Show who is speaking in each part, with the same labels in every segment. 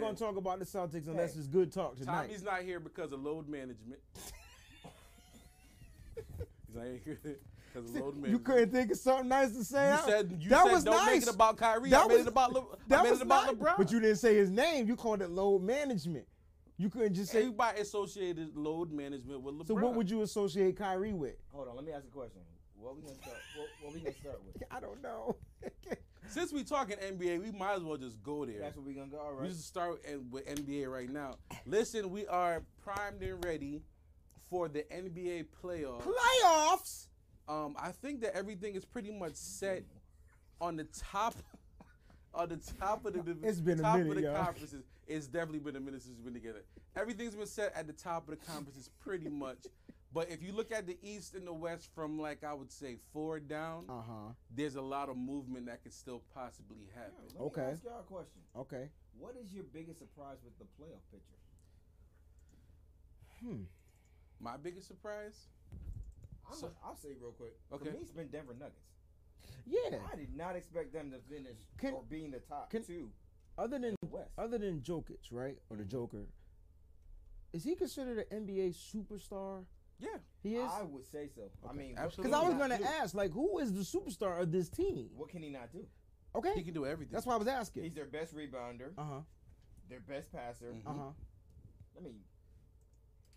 Speaker 1: don't talk about the Celtics unless it's good talk tonight.
Speaker 2: Tommy's not here because of load management. He's not here because of load management.
Speaker 1: you couldn't think of something nice to say.
Speaker 2: You
Speaker 1: I-
Speaker 2: said you
Speaker 1: that
Speaker 2: said
Speaker 1: was
Speaker 2: don't
Speaker 1: nice.
Speaker 2: make it about Kyrie. I
Speaker 1: That
Speaker 2: made
Speaker 1: was-
Speaker 2: it about Le- I
Speaker 1: that
Speaker 2: made
Speaker 1: was
Speaker 2: it about
Speaker 1: nice.
Speaker 2: LeBron.
Speaker 1: But you didn't say his name. You called it load management. You couldn't just say.
Speaker 2: everybody associated load management with LeBron.
Speaker 1: So what would you associate Kyrie with?
Speaker 3: Hold on, let me ask you a question. What we gonna start? What, what we gonna start with?
Speaker 1: I don't know.
Speaker 2: Since we talking NBA, we might as well just go there.
Speaker 3: That's what we gonna go. All
Speaker 2: We
Speaker 3: right.
Speaker 2: just start and- with NBA right now. Listen, we are primed and ready for the NBA playoffs.
Speaker 1: Playoffs.
Speaker 2: Um, I think that everything is pretty much set on the top, on the top of the div-
Speaker 1: It's been a
Speaker 2: top
Speaker 1: minute,
Speaker 2: of the
Speaker 1: y'all.
Speaker 2: conferences. It's definitely been a minute since we've been together. Everything's been set at the top of the conferences, pretty much. But if you look at the East and the West from like I would say four down,
Speaker 1: Uh huh.
Speaker 2: there's a lot of movement that could still possibly happen.
Speaker 3: Let me
Speaker 1: Okay.
Speaker 3: ask y'all a question.
Speaker 1: Okay.
Speaker 3: What is your biggest surprise with the playoff picture?
Speaker 2: My biggest surprise.
Speaker 3: I'm
Speaker 2: So-
Speaker 3: I'll say real quick.
Speaker 2: Okay.
Speaker 3: For me, it's been Denver Nuggets.
Speaker 1: Yeah.
Speaker 3: I did not expect them to finish
Speaker 1: Can-
Speaker 3: or being the top
Speaker 1: can-
Speaker 3: two.
Speaker 1: Other than
Speaker 3: West.
Speaker 1: other than Jokic, right, or the Joker, is he considered an NBA superstar?
Speaker 2: Yeah,
Speaker 1: He is.
Speaker 3: I would say so. I mean, what
Speaker 2: absolutely.
Speaker 1: Because I was
Speaker 3: can he
Speaker 1: gonna
Speaker 3: not do?
Speaker 1: ask, like, who is the superstar of this team?
Speaker 3: What can he not do?
Speaker 2: he
Speaker 1: Okay,
Speaker 2: can do everything.
Speaker 1: that's why I was asking.
Speaker 3: He's their best rebounder,
Speaker 1: Uh huh.
Speaker 3: their best passer.
Speaker 1: Uh huh.
Speaker 3: I mean,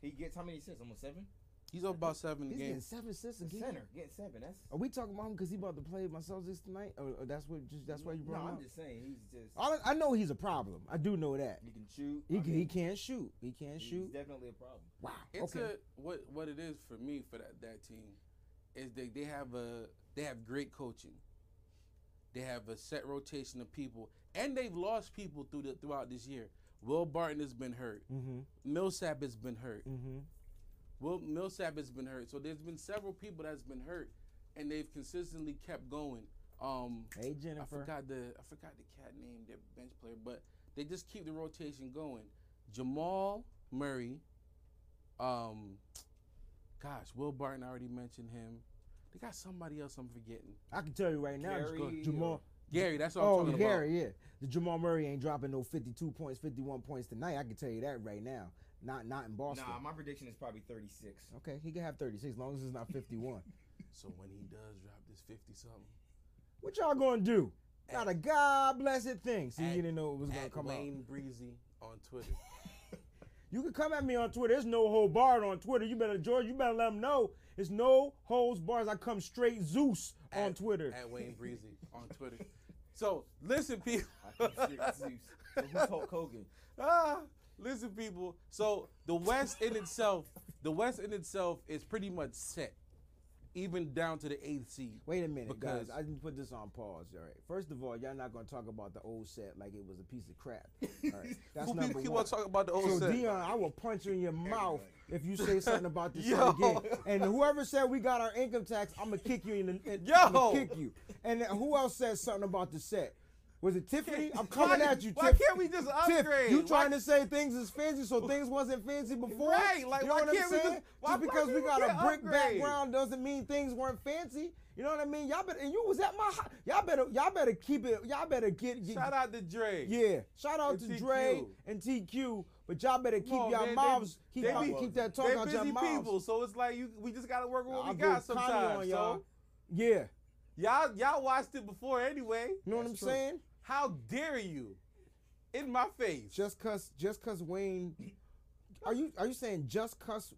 Speaker 3: he gets how many assists? Almost seven.
Speaker 2: He's up about seven
Speaker 1: He's getting
Speaker 2: games.
Speaker 1: seven assists a
Speaker 3: The
Speaker 1: game.
Speaker 3: center getting seven. That's
Speaker 1: Are we talking about him because he about to play my Celtics tonight? Or, or that's what? Just that's why you
Speaker 3: no.
Speaker 1: brought him
Speaker 3: I'm
Speaker 1: up.
Speaker 3: just saying he's just
Speaker 1: All I, I know he's a problem. I do know that.
Speaker 3: he can shoot.
Speaker 1: He
Speaker 3: I
Speaker 1: can,
Speaker 3: mean,
Speaker 1: he can't shoot. He can't
Speaker 3: he's
Speaker 1: shoot.
Speaker 3: definitely a problem.
Speaker 1: Wow.
Speaker 2: It's
Speaker 1: okay.
Speaker 2: a what what it is for me for that that team is they they have a they have great coaching. They have a set rotation of people, and they've lost people through the, throughout this year. Will Barton has been hurt.
Speaker 1: Mm-hmm,
Speaker 2: Millsap has been hurt. Will Millsap has been hurt. So there's been several people that's been hurt, and they've consistently kept going. Um,
Speaker 1: Hey, Jennifer.
Speaker 2: I forgot the I forgot the cat name, their bench player, but they just keep the rotation going. Jamal Murray, um, gosh, Will Barton I already mentioned him. They got somebody else I'm forgetting.
Speaker 1: I can tell you right now,
Speaker 3: Gary
Speaker 1: J- Jamal.
Speaker 3: or-
Speaker 2: Gary, that's what I'm
Speaker 1: Oh,
Speaker 2: talking
Speaker 1: Gary,
Speaker 2: about.
Speaker 1: yeah. The Jamal Murray ain't dropping no 52 points, 51 points tonight. I can tell you that right now. Not not in Boston.
Speaker 3: Nah, my prediction is probably 36.
Speaker 1: okay, he can have 36 as long as it's not 51.
Speaker 2: So when he does drop this fifty something,
Speaker 1: what y'all gonna do? Not a god blessed thing. See, you didn't know it was gonna
Speaker 2: at
Speaker 1: come out.
Speaker 2: Wayne Breezy on Twitter.
Speaker 1: You can come at me on Twitter. There's no whole barred on Twitter. You better, George, you better let them know. It's no holes bars. I come straight Zeus on
Speaker 2: At-
Speaker 1: Twitter.
Speaker 2: at Wayne Breezy on Twitter. So listen, people.
Speaker 3: I think six Zeus. So who's Hulk Hogan?
Speaker 2: ah, listen, people. So the West in itself, the West in itself is pretty much set, even down to the eighth seed.
Speaker 1: Wait a minute,
Speaker 2: Because-
Speaker 1: guys. I didn't put this on pause. All right. First of all, y'all not gonna talk about the old set like it was a piece of crap. All right. That's
Speaker 2: Who
Speaker 1: number
Speaker 2: people keep
Speaker 1: one.
Speaker 2: on talking about the old
Speaker 1: so
Speaker 2: set?
Speaker 1: Dion, I will punch you in your mouth if you say something about this
Speaker 2: Yo.
Speaker 1: set again. And whoever said we got our income tax, I'm gonna kick you in the. In,
Speaker 2: Yo.
Speaker 1: I'ma kick you. And then who else said something about the set? Was it Tiffany? I'm coming
Speaker 2: Why-
Speaker 1: at you.
Speaker 2: why
Speaker 1: Tiff.
Speaker 2: can't we just
Speaker 1: Tiff,
Speaker 2: upgrade?
Speaker 1: you
Speaker 2: Why-
Speaker 1: trying to say things is fancy, so things wasn't fancy before.
Speaker 2: Right, like,
Speaker 1: you know
Speaker 2: why
Speaker 1: what I'm
Speaker 2: can't we
Speaker 1: saying?
Speaker 2: just- why black
Speaker 1: because we
Speaker 2: people
Speaker 1: got
Speaker 2: can't
Speaker 1: a brick
Speaker 2: upgrade?
Speaker 1: background doesn't mean things weren't fancy. You know what I mean? Y'all better and you was at my hou- y'all better y'all better keep it y'all better get, get-
Speaker 2: Shout out to Dre.
Speaker 1: yeah. Shout out
Speaker 2: And
Speaker 1: to
Speaker 2: TQ.
Speaker 1: Dre and TQ, but y'all better keep
Speaker 2: Come on,
Speaker 1: y'all
Speaker 2: man, they-
Speaker 1: mouths keep
Speaker 2: they
Speaker 1: y'all-
Speaker 2: be-
Speaker 1: keep that talk
Speaker 2: They're
Speaker 1: out
Speaker 2: busy
Speaker 1: your mouths.
Speaker 2: people, so it's like you, we just gotta work with what
Speaker 1: I'll
Speaker 2: we
Speaker 1: go
Speaker 2: got
Speaker 1: Connie
Speaker 2: sometimes.
Speaker 1: on y'all.
Speaker 2: so
Speaker 1: Yeah, you
Speaker 2: y'all, y'all watched it before anyway.
Speaker 1: know what I'm saying?
Speaker 2: How dare you? In my face.
Speaker 1: Just cause just cause Wayne, are you are you saying just cause?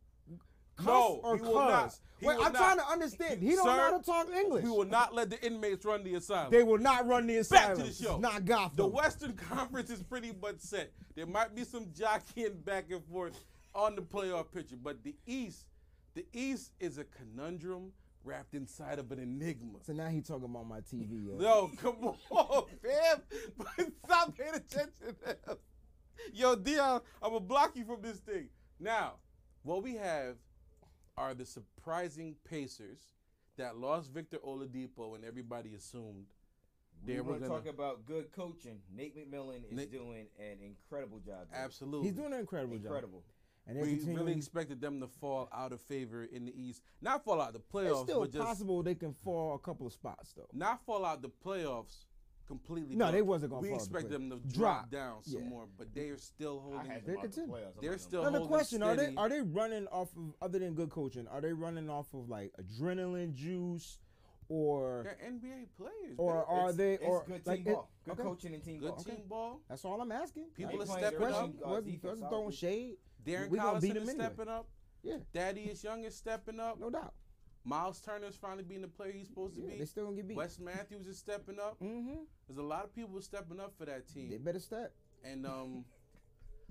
Speaker 1: Cuss
Speaker 2: No,
Speaker 1: or
Speaker 2: he will not.
Speaker 1: cuz?
Speaker 2: He
Speaker 1: Wait,
Speaker 2: will
Speaker 1: I'm
Speaker 2: not.
Speaker 1: trying to understand. He don't
Speaker 2: Sir,
Speaker 1: know how to talk English.
Speaker 2: We will not let the inmates run the asylum.
Speaker 1: They will not run the
Speaker 2: Back
Speaker 1: asylum.
Speaker 2: to the show.
Speaker 1: It's not Gotham.
Speaker 2: The Western Conference is pretty much set. There might be some jockeying back and forth on the playoff picture, but the East, the East is a conundrum wrapped inside of an enigma.
Speaker 1: So now he talking about my TV. yo.
Speaker 2: Yo, come on, fam. Stop paying attention to him. Yo, Dion, I'm going to block you from this thing. Now, what we have are the surprising Pacers that lost Victor Oladipo, and everybody assumed they
Speaker 3: We
Speaker 2: were
Speaker 3: want
Speaker 2: going
Speaker 3: to talk about good coaching. Nate McMillan is doing an incredible job. there.
Speaker 2: Absolutely.
Speaker 1: He's doing an incredible,
Speaker 3: Incredible.
Speaker 1: job. And they're
Speaker 2: We
Speaker 1: continuing.
Speaker 2: really expected them to fall out of favor in the East. Not fall out the
Speaker 1: it's
Speaker 2: playoffs,
Speaker 1: still
Speaker 2: but just
Speaker 1: possible they can fall a couple of spots though.
Speaker 2: not fall out the playoffs, completely.
Speaker 1: No,
Speaker 2: blown.
Speaker 1: they wasn't gonna
Speaker 2: We
Speaker 1: fall off the
Speaker 2: expect
Speaker 1: cliff.
Speaker 2: them to drop,
Speaker 1: Drop.
Speaker 2: down some
Speaker 1: Yeah.
Speaker 2: more, but they are still
Speaker 3: I
Speaker 2: holding.
Speaker 3: had
Speaker 1: They
Speaker 3: them out the
Speaker 1: could too.
Speaker 3: playoffs. I'm
Speaker 2: They're
Speaker 3: like,
Speaker 2: still-
Speaker 1: Another
Speaker 2: holding
Speaker 1: question: Are they
Speaker 2: steady.
Speaker 1: are they running off of other than good coaching? Are they running off of like adrenaline juice, or
Speaker 2: They're NBA players.
Speaker 1: or
Speaker 2: man.
Speaker 1: are
Speaker 2: It's
Speaker 1: they
Speaker 3: It's
Speaker 1: or
Speaker 3: good team
Speaker 1: like it-
Speaker 3: ball. Good
Speaker 1: okay.
Speaker 3: coaching and team
Speaker 2: good
Speaker 3: ball.
Speaker 2: team ball?
Speaker 1: That's all I'm asking.
Speaker 2: People
Speaker 1: Like,
Speaker 2: are
Speaker 3: playing
Speaker 2: stepping
Speaker 3: their
Speaker 2: up.
Speaker 1: question
Speaker 3: own, uh,
Speaker 1: wasn't,
Speaker 3: defense,
Speaker 1: wasn't
Speaker 3: I
Speaker 1: throwing
Speaker 3: think.
Speaker 1: shade.
Speaker 2: Darren
Speaker 1: We gonna beat
Speaker 2: Collison is
Speaker 1: them anyway.
Speaker 2: stepping up.
Speaker 1: Yeah.
Speaker 2: Thaddeus Young is stepping up.
Speaker 1: No doubt.
Speaker 2: Miles Turner is finally being the player he's supposed to
Speaker 1: Yeah,
Speaker 2: be.
Speaker 1: they still gonna get beat.
Speaker 2: Wes Matthews is stepping up.
Speaker 1: Mm-hmm.
Speaker 2: There's a lot of people stepping up for that team.
Speaker 1: They better step.
Speaker 2: And um,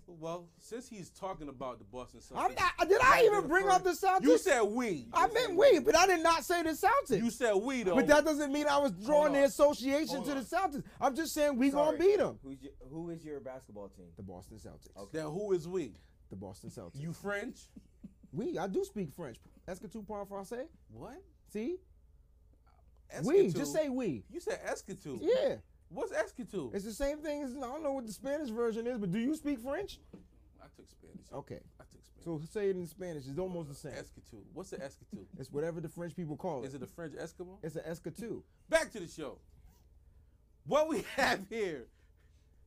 Speaker 2: well, since he's talking about the Boston Celtics,
Speaker 1: I'm not. Did I even bring up the Celtics?
Speaker 2: You said we.
Speaker 1: I meant we, but I did not say the Celtics.
Speaker 2: You said we though.
Speaker 1: but that doesn't mean I was drawing the
Speaker 3: on.
Speaker 1: association
Speaker 3: Hold
Speaker 1: to the
Speaker 3: on.
Speaker 1: Celtics. I'm just saying we
Speaker 3: Sorry.
Speaker 1: gonna beat them.
Speaker 3: Who's your, who is your basketball team?
Speaker 1: The Boston Celtics.
Speaker 3: Okay.
Speaker 2: Then who is we?
Speaker 1: The Boston Celtics.
Speaker 2: You French?
Speaker 1: We. I do speak French. Est-ce que tu parles français?
Speaker 2: What?
Speaker 1: See, we. Just
Speaker 2: Esquitou.
Speaker 1: say we.
Speaker 2: You said Esquitou.
Speaker 1: Yeah,
Speaker 2: What's Esquitou?
Speaker 1: it's the same thing. As, I don't know what the Spanish version is, but do you speak French?
Speaker 2: I took Spanish.
Speaker 1: Okay,
Speaker 2: I took Spanish.
Speaker 1: so say it in Spanish. It's almost the same.
Speaker 2: Esquitou. What's the Esquitou?
Speaker 1: It's whatever the French people call it.
Speaker 2: Is it a French Eskimo?
Speaker 1: It's an escatoo.
Speaker 2: Back to the show. What we have here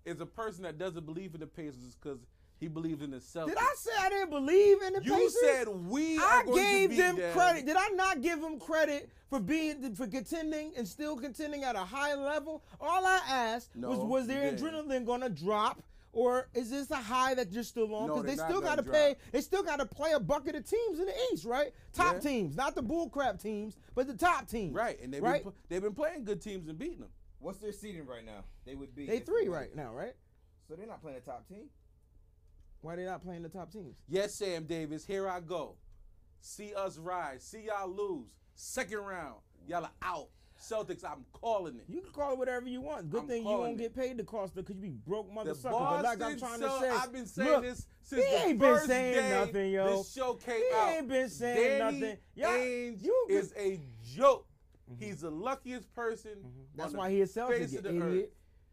Speaker 2: is a person that doesn't believe in the Pacers because he believes in the Celtics.
Speaker 1: Did I say I didn't believe in the
Speaker 2: You
Speaker 1: Pacers?
Speaker 2: said we.
Speaker 1: I
Speaker 2: are going
Speaker 1: gave
Speaker 2: to beat
Speaker 1: them credit. Did I not give them credit for being for contending and still contending at a high level? All I asked was
Speaker 2: No,
Speaker 1: was
Speaker 2: you
Speaker 1: their
Speaker 2: didn't.
Speaker 1: adrenaline going to drop or is this a high that you're still on?
Speaker 2: No,
Speaker 1: Because
Speaker 2: they're
Speaker 1: they
Speaker 2: not
Speaker 1: still got
Speaker 2: gonna
Speaker 1: to play. They still got to play a bucket of teams in the East, right? Top
Speaker 2: Yeah.
Speaker 1: teams, not the bullcrap teams, but the top teams.
Speaker 2: Right, and they've
Speaker 1: Right?
Speaker 2: been, pl- they've been playing good teams and beating them.
Speaker 3: What's their seeding right now? They would be.
Speaker 1: They
Speaker 3: if-
Speaker 1: three right now, right?
Speaker 3: So they're not playing a top team.
Speaker 1: Why they not playing the top teams?
Speaker 2: Yes, Sam Davis, here I go. See us rise. See y'all lose. Second round. Y'all are out. Celtics, I'm calling it.
Speaker 1: You can call it whatever you want. Good
Speaker 2: I'm
Speaker 1: thing you
Speaker 2: calling
Speaker 1: won't get
Speaker 2: it.
Speaker 1: paid to cost it because you be broke mother
Speaker 2: The
Speaker 1: sucker. But like I'm
Speaker 2: Boston
Speaker 1: trying
Speaker 2: Cel-
Speaker 1: to say,
Speaker 2: I've been saying
Speaker 1: look,
Speaker 2: this since
Speaker 1: he
Speaker 2: the
Speaker 1: ain't been
Speaker 2: first
Speaker 1: saying
Speaker 2: day
Speaker 1: nothing, yo.
Speaker 2: this show came
Speaker 1: He
Speaker 2: out.
Speaker 1: ain't been saying
Speaker 2: Danny
Speaker 1: nothing. Y'all-
Speaker 2: Ainge
Speaker 1: you been-
Speaker 2: is a joke. He's the luckiest person.
Speaker 1: Mm-hmm. That's
Speaker 2: on the
Speaker 1: why he is Celtic,
Speaker 2: face
Speaker 1: you
Speaker 2: of the
Speaker 1: idiot.
Speaker 2: earth.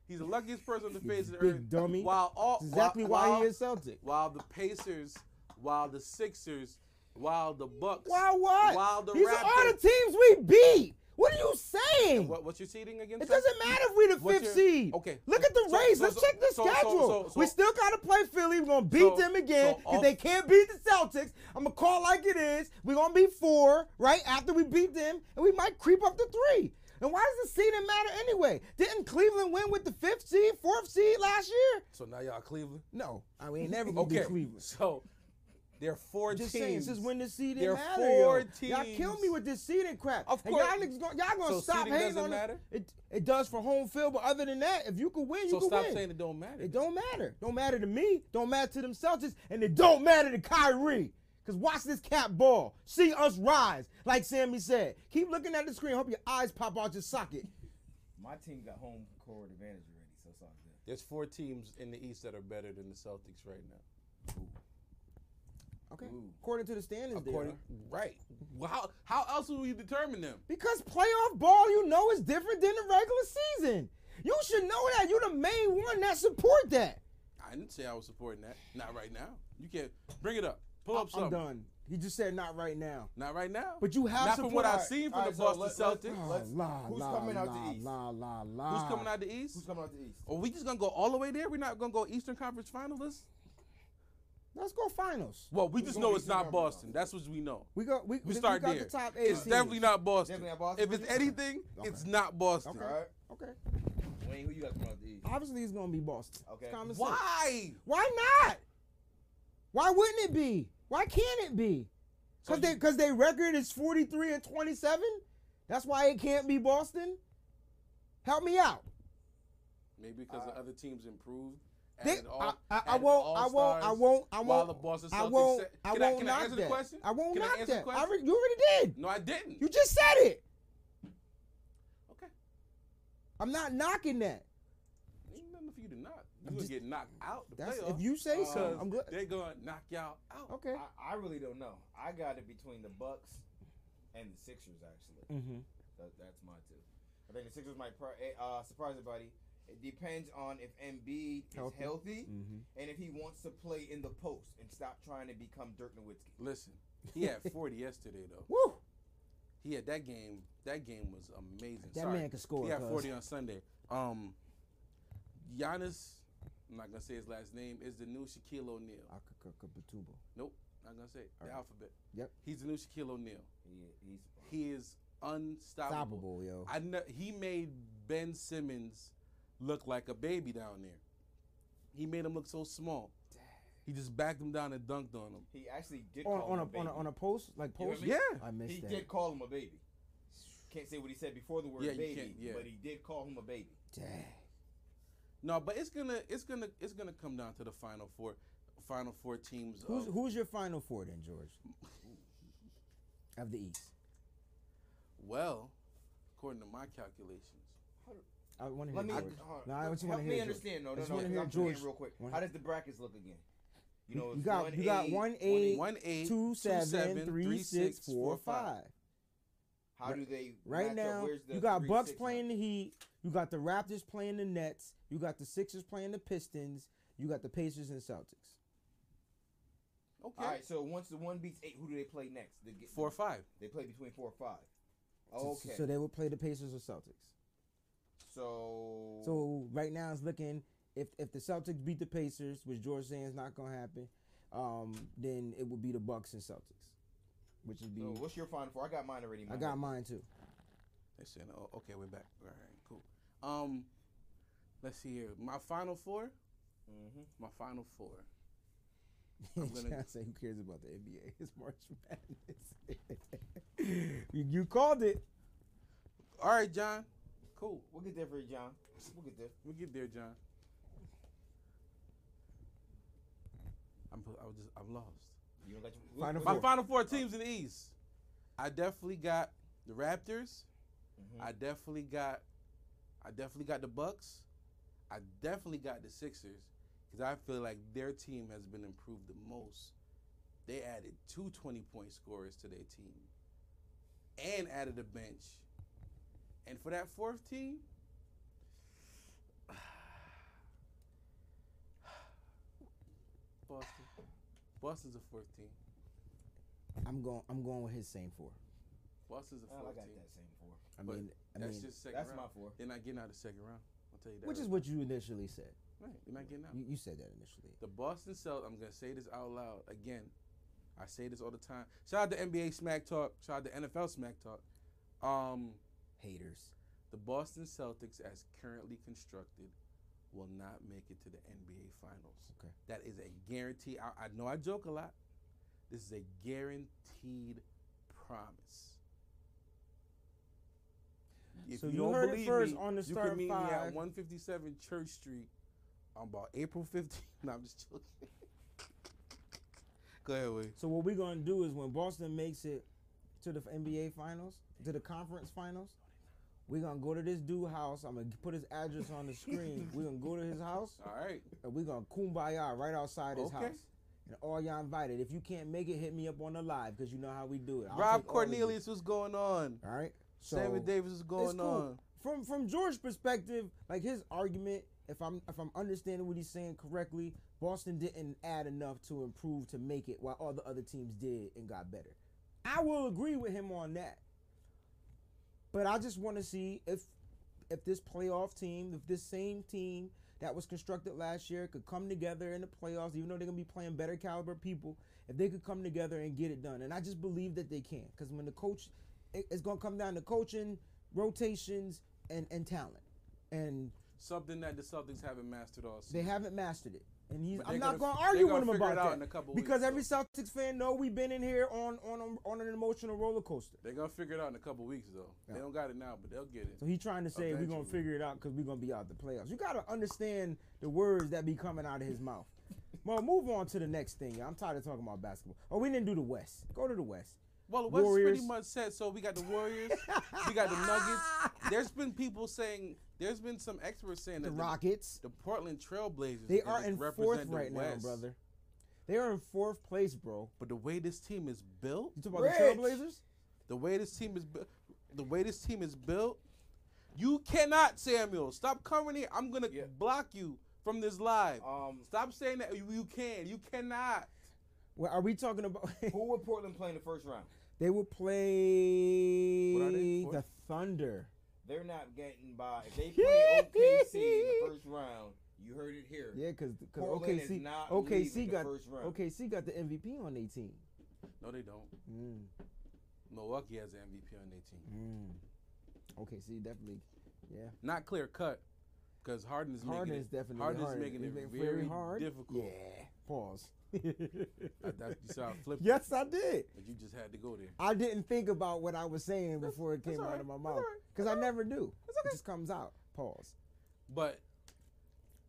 Speaker 2: He's the luckiest person on the face of the
Speaker 1: big
Speaker 2: earth.
Speaker 1: dummy.
Speaker 2: While all
Speaker 1: That's exactly
Speaker 2: while,
Speaker 1: why
Speaker 2: while,
Speaker 1: he is Celtic.
Speaker 2: While the Pacers, while the Sixers, while the Bucks.
Speaker 1: Why what?
Speaker 2: While the
Speaker 1: These
Speaker 2: Raptors.
Speaker 1: are all the teams we beat. What are you saying?
Speaker 2: What, what's your seeding against?
Speaker 1: it doesn't matter if we the
Speaker 2: What's
Speaker 1: fifth
Speaker 2: your-
Speaker 1: seed.
Speaker 2: okay,
Speaker 1: Look
Speaker 2: so-
Speaker 1: at the
Speaker 2: so-
Speaker 1: race.
Speaker 2: so-
Speaker 1: Let's
Speaker 2: so-
Speaker 1: check the
Speaker 2: so- so-
Speaker 1: schedule.
Speaker 2: so- so-
Speaker 1: we still gotta play Philly. We're gonna beat
Speaker 2: So-
Speaker 1: them again
Speaker 2: so
Speaker 1: if
Speaker 2: off-
Speaker 1: they can't beat the Celtics. I'm gonna call like it is. We're gonna be four right after we beat them, and we might creep up to three. And why does the seeding matter anyway? Didn't Cleveland win with the fifth seed, fourth seed last year?
Speaker 2: So now y'all Cleveland.
Speaker 1: No, I mean never gonna
Speaker 2: Okay.
Speaker 1: beat Cleveland.
Speaker 2: So there are four
Speaker 1: Just
Speaker 2: teams.
Speaker 1: saying, since when the seeding
Speaker 2: There are
Speaker 1: matter,
Speaker 2: four
Speaker 1: yo. y'all kill
Speaker 2: teams.
Speaker 1: me with this seeding crap.
Speaker 2: Of
Speaker 1: And
Speaker 2: course.
Speaker 1: y'all niggas gonna, y'all gonna
Speaker 2: So
Speaker 1: stop
Speaker 2: seeding
Speaker 1: hating
Speaker 2: doesn't
Speaker 1: on
Speaker 2: matter?
Speaker 1: It. it. It does for home field, but other than that, if you can win, you
Speaker 2: so
Speaker 1: can
Speaker 2: stop
Speaker 1: win.
Speaker 2: saying it don't matter.
Speaker 1: it don't matter. Don't matter to me. Don't matter to them Celtics, and it don't matter to Kyrie. Cause watch this cat ball. See us rise, like Sammy said. Keep looking at the screen. Hope your eyes pop out your socket.
Speaker 3: My team got home court advantage already, so it's all good.
Speaker 2: There's four teams in the East that are better than the Celtics right now.
Speaker 1: Okay.
Speaker 3: Ooh.
Speaker 1: According to the standings, they
Speaker 2: According,
Speaker 1: are.
Speaker 2: right. Well, how how else would we determine them?
Speaker 1: Because playoff ball, you know, is different than the regular season. You should know that. You're the main one that support that.
Speaker 2: I didn't say I was supporting that. Not right now. You can't bring it up. Pull up
Speaker 1: I'm
Speaker 2: something.
Speaker 1: done. He just said not right now.
Speaker 2: Not right now.
Speaker 1: But you have
Speaker 2: not
Speaker 1: support.
Speaker 2: from what I've
Speaker 1: Alright,
Speaker 2: seen from
Speaker 3: alright,
Speaker 2: the
Speaker 3: so
Speaker 2: Boston
Speaker 3: let's- let's-
Speaker 2: Celtics.
Speaker 3: let's- who's coming out the East?
Speaker 1: La la la.
Speaker 2: Who's coming out the East?
Speaker 3: Who's coming out the East?
Speaker 1: Oh,
Speaker 2: Are we just gonna go all the way there? We're not gonna go Eastern Conference Finalists.
Speaker 1: Let's go finals.
Speaker 2: Well, we
Speaker 3: Who's
Speaker 2: just
Speaker 3: gonna
Speaker 2: know
Speaker 3: be
Speaker 2: it's
Speaker 3: Eastern
Speaker 2: not
Speaker 3: Conference
Speaker 2: Boston. That's what we know.
Speaker 1: We go. We,
Speaker 2: We
Speaker 1: we
Speaker 2: start
Speaker 1: got
Speaker 2: there.
Speaker 1: The top eight
Speaker 2: It's
Speaker 1: seeds.
Speaker 2: definitely not Boston.
Speaker 3: Definitely not Boston.
Speaker 2: If it's anything,
Speaker 1: Okay.
Speaker 2: it's not Boston.
Speaker 1: Okay.
Speaker 3: All right.
Speaker 1: Okay.
Speaker 3: Wayne, who you got coming out the East?
Speaker 1: Obviously, it's gonna be Boston. It's
Speaker 3: Okay.
Speaker 1: common sense.
Speaker 2: Why?
Speaker 1: Why not? Why wouldn't it be? Why can't it be? Cause
Speaker 2: So
Speaker 1: they
Speaker 2: you-
Speaker 1: cause their record is 43 and 27. That's why it can't be Boston. Help me out.
Speaker 2: Maybe because the
Speaker 3: Uh,
Speaker 2: other teams improved.
Speaker 1: They-
Speaker 2: added
Speaker 1: I,
Speaker 2: all-
Speaker 1: I, I
Speaker 2: added
Speaker 1: won't. I
Speaker 2: all-stars,
Speaker 1: won't. I won't. I
Speaker 2: While the
Speaker 1: won't.
Speaker 2: Boston Celtics
Speaker 1: I won't.
Speaker 2: said-
Speaker 1: I
Speaker 2: Can
Speaker 1: won't
Speaker 2: can
Speaker 1: knock
Speaker 2: I answer
Speaker 1: that.
Speaker 2: the question?
Speaker 1: I won't
Speaker 2: Can I
Speaker 1: knock
Speaker 2: answer the
Speaker 1: that. I
Speaker 2: question?
Speaker 1: re- you already did.
Speaker 2: no, I didn't.
Speaker 1: You just said it.
Speaker 2: okay.
Speaker 1: I'm not knocking that.
Speaker 2: Ain't nothing for you to knock.
Speaker 1: I'm
Speaker 2: You're gonna
Speaker 1: just-
Speaker 2: get knocked out. The
Speaker 1: That's
Speaker 2: playoff,
Speaker 1: if you say so.
Speaker 2: because
Speaker 1: I'm good.
Speaker 2: They're Uh, gonna knock y'all out.
Speaker 1: Okay.
Speaker 3: Uh, I, I really don't know. I got it between the Bucks and the Sixers actually.
Speaker 1: Mm-hmm.
Speaker 3: That, that's my two. I think the Sixers might pri- eh, uh, surprise everybody. It depends on if Embiid
Speaker 1: Healthy.
Speaker 3: is healthy
Speaker 1: Mm-hmm.
Speaker 3: and if he wants to play in the post and stop trying to become Dirk Nowitzki.
Speaker 2: Listen, he had 40 yesterday though.
Speaker 1: Woo!
Speaker 2: He had that game. That game was amazing.
Speaker 1: That
Speaker 2: Sorry.
Speaker 1: man can score.
Speaker 2: He had
Speaker 1: cuz.
Speaker 2: 40 on Sunday. Um, Giannis, I'm not gonna say his last name, is the new Shaquille O'Neal.
Speaker 1: Akakakabatubo.
Speaker 2: Not gonna say it. the
Speaker 1: Alright.
Speaker 2: alphabet.
Speaker 1: Yep.
Speaker 2: He's the new Shaquille O'Neal.
Speaker 3: He, he's
Speaker 2: He is unstoppable.
Speaker 1: Stoppable, yo.
Speaker 2: I know he made Ben Simmons look like a baby down there. He made him look so small. He just backed him down and dunked on him.
Speaker 3: he actually did
Speaker 1: On,
Speaker 3: call
Speaker 1: on,
Speaker 3: him
Speaker 1: a, on, a, on a post? Like
Speaker 3: You know what
Speaker 1: post?
Speaker 3: I mean?
Speaker 2: Yeah.
Speaker 1: I
Speaker 3: baby.
Speaker 1: missed
Speaker 3: he
Speaker 1: that.
Speaker 3: did call him a baby. Can't say what he said before the word
Speaker 2: Yeah, you
Speaker 3: baby,
Speaker 2: can't, yeah.
Speaker 3: but he did call him a baby.
Speaker 1: Dang.
Speaker 2: No, but it's gonna it's gonna it's gonna come down to the final four, final four teams.
Speaker 1: Who's,
Speaker 2: of-
Speaker 1: who's your final four then, George? of the East.
Speaker 2: Well, according to my calculations,
Speaker 1: I want to
Speaker 3: Let
Speaker 1: hear
Speaker 3: me
Speaker 1: George.
Speaker 3: hold on.
Speaker 1: No, I just
Speaker 3: help
Speaker 1: wanna
Speaker 3: me
Speaker 1: hear George.
Speaker 3: understand. No,
Speaker 1: I
Speaker 3: no,
Speaker 1: just
Speaker 3: no.
Speaker 1: wanna hear
Speaker 3: I'm doing it
Speaker 1: George.
Speaker 3: real quick.
Speaker 1: Wanna-
Speaker 3: How does the brackets look again? You know,
Speaker 1: You
Speaker 3: it's
Speaker 1: got you got
Speaker 3: 1A,
Speaker 1: one
Speaker 3: 1A.
Speaker 1: eight,
Speaker 2: one eight,
Speaker 1: two seven, three six, four five.
Speaker 3: How do they
Speaker 1: Right
Speaker 3: match Up?
Speaker 1: now,
Speaker 3: Where's the
Speaker 1: you got
Speaker 3: three,
Speaker 1: Bucks
Speaker 3: six
Speaker 1: playing
Speaker 3: match?
Speaker 1: the Heat. You got the Raptors playing the Nets. You got the Sixers playing the Pistons. You got the Pacers and Celtics.
Speaker 2: Okay,
Speaker 3: All right, so once the one beats eight, who do they play next? They, get,
Speaker 2: four five.
Speaker 3: they play between four and five.
Speaker 1: So-
Speaker 3: Okay,
Speaker 1: So they would play the Pacers or Celtics.
Speaker 3: so
Speaker 1: So right now it's looking if if the Celtics beat the Pacers, which George saying is not gonna happen, um, then it would be the Bucks and Celtics, which would be
Speaker 3: So what's your final four? I got mine already.
Speaker 1: I
Speaker 3: man.
Speaker 1: got mine too.
Speaker 2: They said, "Oh, okay, we're back. All right, cool." Um, let's see here. My final four.
Speaker 3: Mhm.
Speaker 2: My final four.
Speaker 1: I'm
Speaker 2: I'm gonna-
Speaker 1: gonna say who cares about the NBA? It's March Madness. you, you called it.
Speaker 2: All right, John. Cool.
Speaker 3: We'll get there for you, John. We'll get there.
Speaker 2: We get there, John. I'm. I was just. I'm lost.
Speaker 3: You don't got your
Speaker 1: Final
Speaker 2: My
Speaker 1: Four.
Speaker 2: final four teams in the East. I definitely got the Raptors.
Speaker 3: Mhm.
Speaker 2: I definitely got. I definitely got the Bucks. I definitely got the Sixers because I feel like their team has been improved the most. They added two 20 point scorers to their team and added a bench. And for that fourth team, Boston. Boston's a fourth team.
Speaker 1: I'm going. I'm going with his same four.
Speaker 2: Boston's a
Speaker 3: Well, I
Speaker 2: fourth
Speaker 3: got
Speaker 2: team.
Speaker 3: that same four.
Speaker 1: I
Speaker 2: But
Speaker 1: mean, I
Speaker 2: That's
Speaker 1: mean,
Speaker 2: just second
Speaker 3: That's
Speaker 2: round.
Speaker 3: my four.
Speaker 2: They're not getting out of the second round. I'll tell you that.
Speaker 1: which
Speaker 2: right
Speaker 1: is what you initially said.
Speaker 2: now. Right, They're not getting out.
Speaker 1: You, you said that initially.
Speaker 2: The Boston Celtics, I'm going to say this out loud again. I say this all the time. Shout out to NBA Smack Talk. Shout out to NFL Smack Talk. Um,
Speaker 1: Haters.
Speaker 2: the Boston Celtics, as currently constructed, will not make it to the NBA Finals.
Speaker 1: Okay.
Speaker 2: That is a guarantee. I, I know I joke a lot. This is a guaranteed promise. If
Speaker 1: So you heard it first on the
Speaker 2: you
Speaker 1: Start
Speaker 2: can meet me at
Speaker 1: Five.
Speaker 2: 157 Church Street on about April 15th. No, I'm just joking. Go ahead, Wade.
Speaker 1: So what we're gonna do is when Boston makes it to the NBA finals, to the conference finals, we're gonna go to this dude house. I'm gonna put his address on the screen. we're gonna go to his house
Speaker 2: All right.
Speaker 1: and we're gonna kumbaya right outside his
Speaker 2: Okay.
Speaker 1: house. And all y'all invited. If you can't make it, hit me up on the live because you know how we do it. I'll
Speaker 2: Rob
Speaker 1: take all of you.
Speaker 2: Cornelius, what's going on?
Speaker 1: All right. So
Speaker 2: Sammy Davis, what's going
Speaker 1: cool.
Speaker 2: on?
Speaker 1: from from George's perspective, like his argument, if I'm if I'm understanding what he's saying correctly, Boston didn't add enough to improve to make it, while all the other teams did and got better. I will agree with him on that. But I just want to see if if this playoff team, if this same team that was constructed last year could come together in the playoffs, even though they're gonna be playing better caliber people, if they could come together and get it done. And I just believe that they can, because when the coach, it- it's gonna come down to coaching, rotations, and and talent, and
Speaker 2: Something that the Celtics haven't mastered all season.
Speaker 1: they haven't mastered it. And he's,
Speaker 2: But
Speaker 1: I'm
Speaker 2: they're
Speaker 1: not
Speaker 2: gonna-
Speaker 1: gonna
Speaker 2: they're
Speaker 1: argue
Speaker 2: gonna
Speaker 1: with him
Speaker 2: figure it
Speaker 1: about
Speaker 2: out
Speaker 1: that
Speaker 2: in a couple
Speaker 1: because
Speaker 2: weeks,
Speaker 1: every
Speaker 2: though.
Speaker 1: Celtics fan know we've been in here on on on an emotional roller coaster.
Speaker 2: They're gonna figure it out in a couple weeks though. They
Speaker 1: Yeah.
Speaker 2: don't got it now, but they'll get it.
Speaker 1: So he trying to say we're gonna
Speaker 2: Eventually.
Speaker 1: figure it out because we're gonna be out the playoffs. You gotta understand the words that be coming out of his mouth. Well, move on to the next thing. y'all. I'm tired of talking about basketball. Oh, we didn't do the West. Go to the West.
Speaker 2: Well, the West is
Speaker 1: Warriors.
Speaker 2: pretty much set. So we got the Warriors, we got the Nuggets. There's been people saying, there's been some experts saying
Speaker 1: The
Speaker 2: that
Speaker 1: Rockets.
Speaker 2: the, the Portland Trailblazers,
Speaker 1: They are in
Speaker 2: represent
Speaker 1: fourth
Speaker 2: the
Speaker 1: right now,
Speaker 2: West.
Speaker 1: brother. They are in fourth place, bro.
Speaker 2: But the way this team is built,
Speaker 1: You talking about the
Speaker 3: Rich.
Speaker 1: Trailblazers?
Speaker 2: the way this team is, bu- the way this team is built, you cannot, Samuel. Stop coming here. I'm gonna
Speaker 3: Yeah.
Speaker 2: block you from this live.
Speaker 3: Um,
Speaker 2: Stop saying that you, you can. You cannot.
Speaker 1: Well, are we talking about?
Speaker 3: who would Portland play in the first round?
Speaker 1: they will play
Speaker 2: What are they?
Speaker 1: the Thunder.
Speaker 3: They're not getting by. If they play OKC in the first round, you heard it here.
Speaker 1: Yeah, because
Speaker 3: Portland is
Speaker 1: OKC,
Speaker 3: not
Speaker 1: OKC
Speaker 3: leaving
Speaker 1: got-
Speaker 3: the first round.
Speaker 1: OKC got the MVP on their team.
Speaker 2: No, they don't.
Speaker 1: Mm.
Speaker 2: Milwaukee has an MVP on their team.
Speaker 1: Mm. OKC definitely. Yeah,
Speaker 2: Not clear cut, because Harden is
Speaker 1: Harden
Speaker 2: making
Speaker 1: is
Speaker 2: it.
Speaker 1: definitely
Speaker 2: Harden is
Speaker 1: Harden.
Speaker 2: making
Speaker 1: He's
Speaker 2: it
Speaker 1: making
Speaker 2: very
Speaker 1: hard.
Speaker 2: difficult.
Speaker 1: Yeah. Pause.
Speaker 2: I, that, you saw I flipped it,
Speaker 1: yes, I did.
Speaker 2: but you just had to go there.
Speaker 1: I didn't think about what I was saying
Speaker 2: That's-
Speaker 1: before it
Speaker 2: that's
Speaker 1: came
Speaker 2: all
Speaker 1: out
Speaker 2: right.
Speaker 1: of my
Speaker 2: That's
Speaker 1: mouth
Speaker 2: all right.
Speaker 1: because I never do.
Speaker 2: That's okay.
Speaker 1: It just comes out. Pause.
Speaker 2: But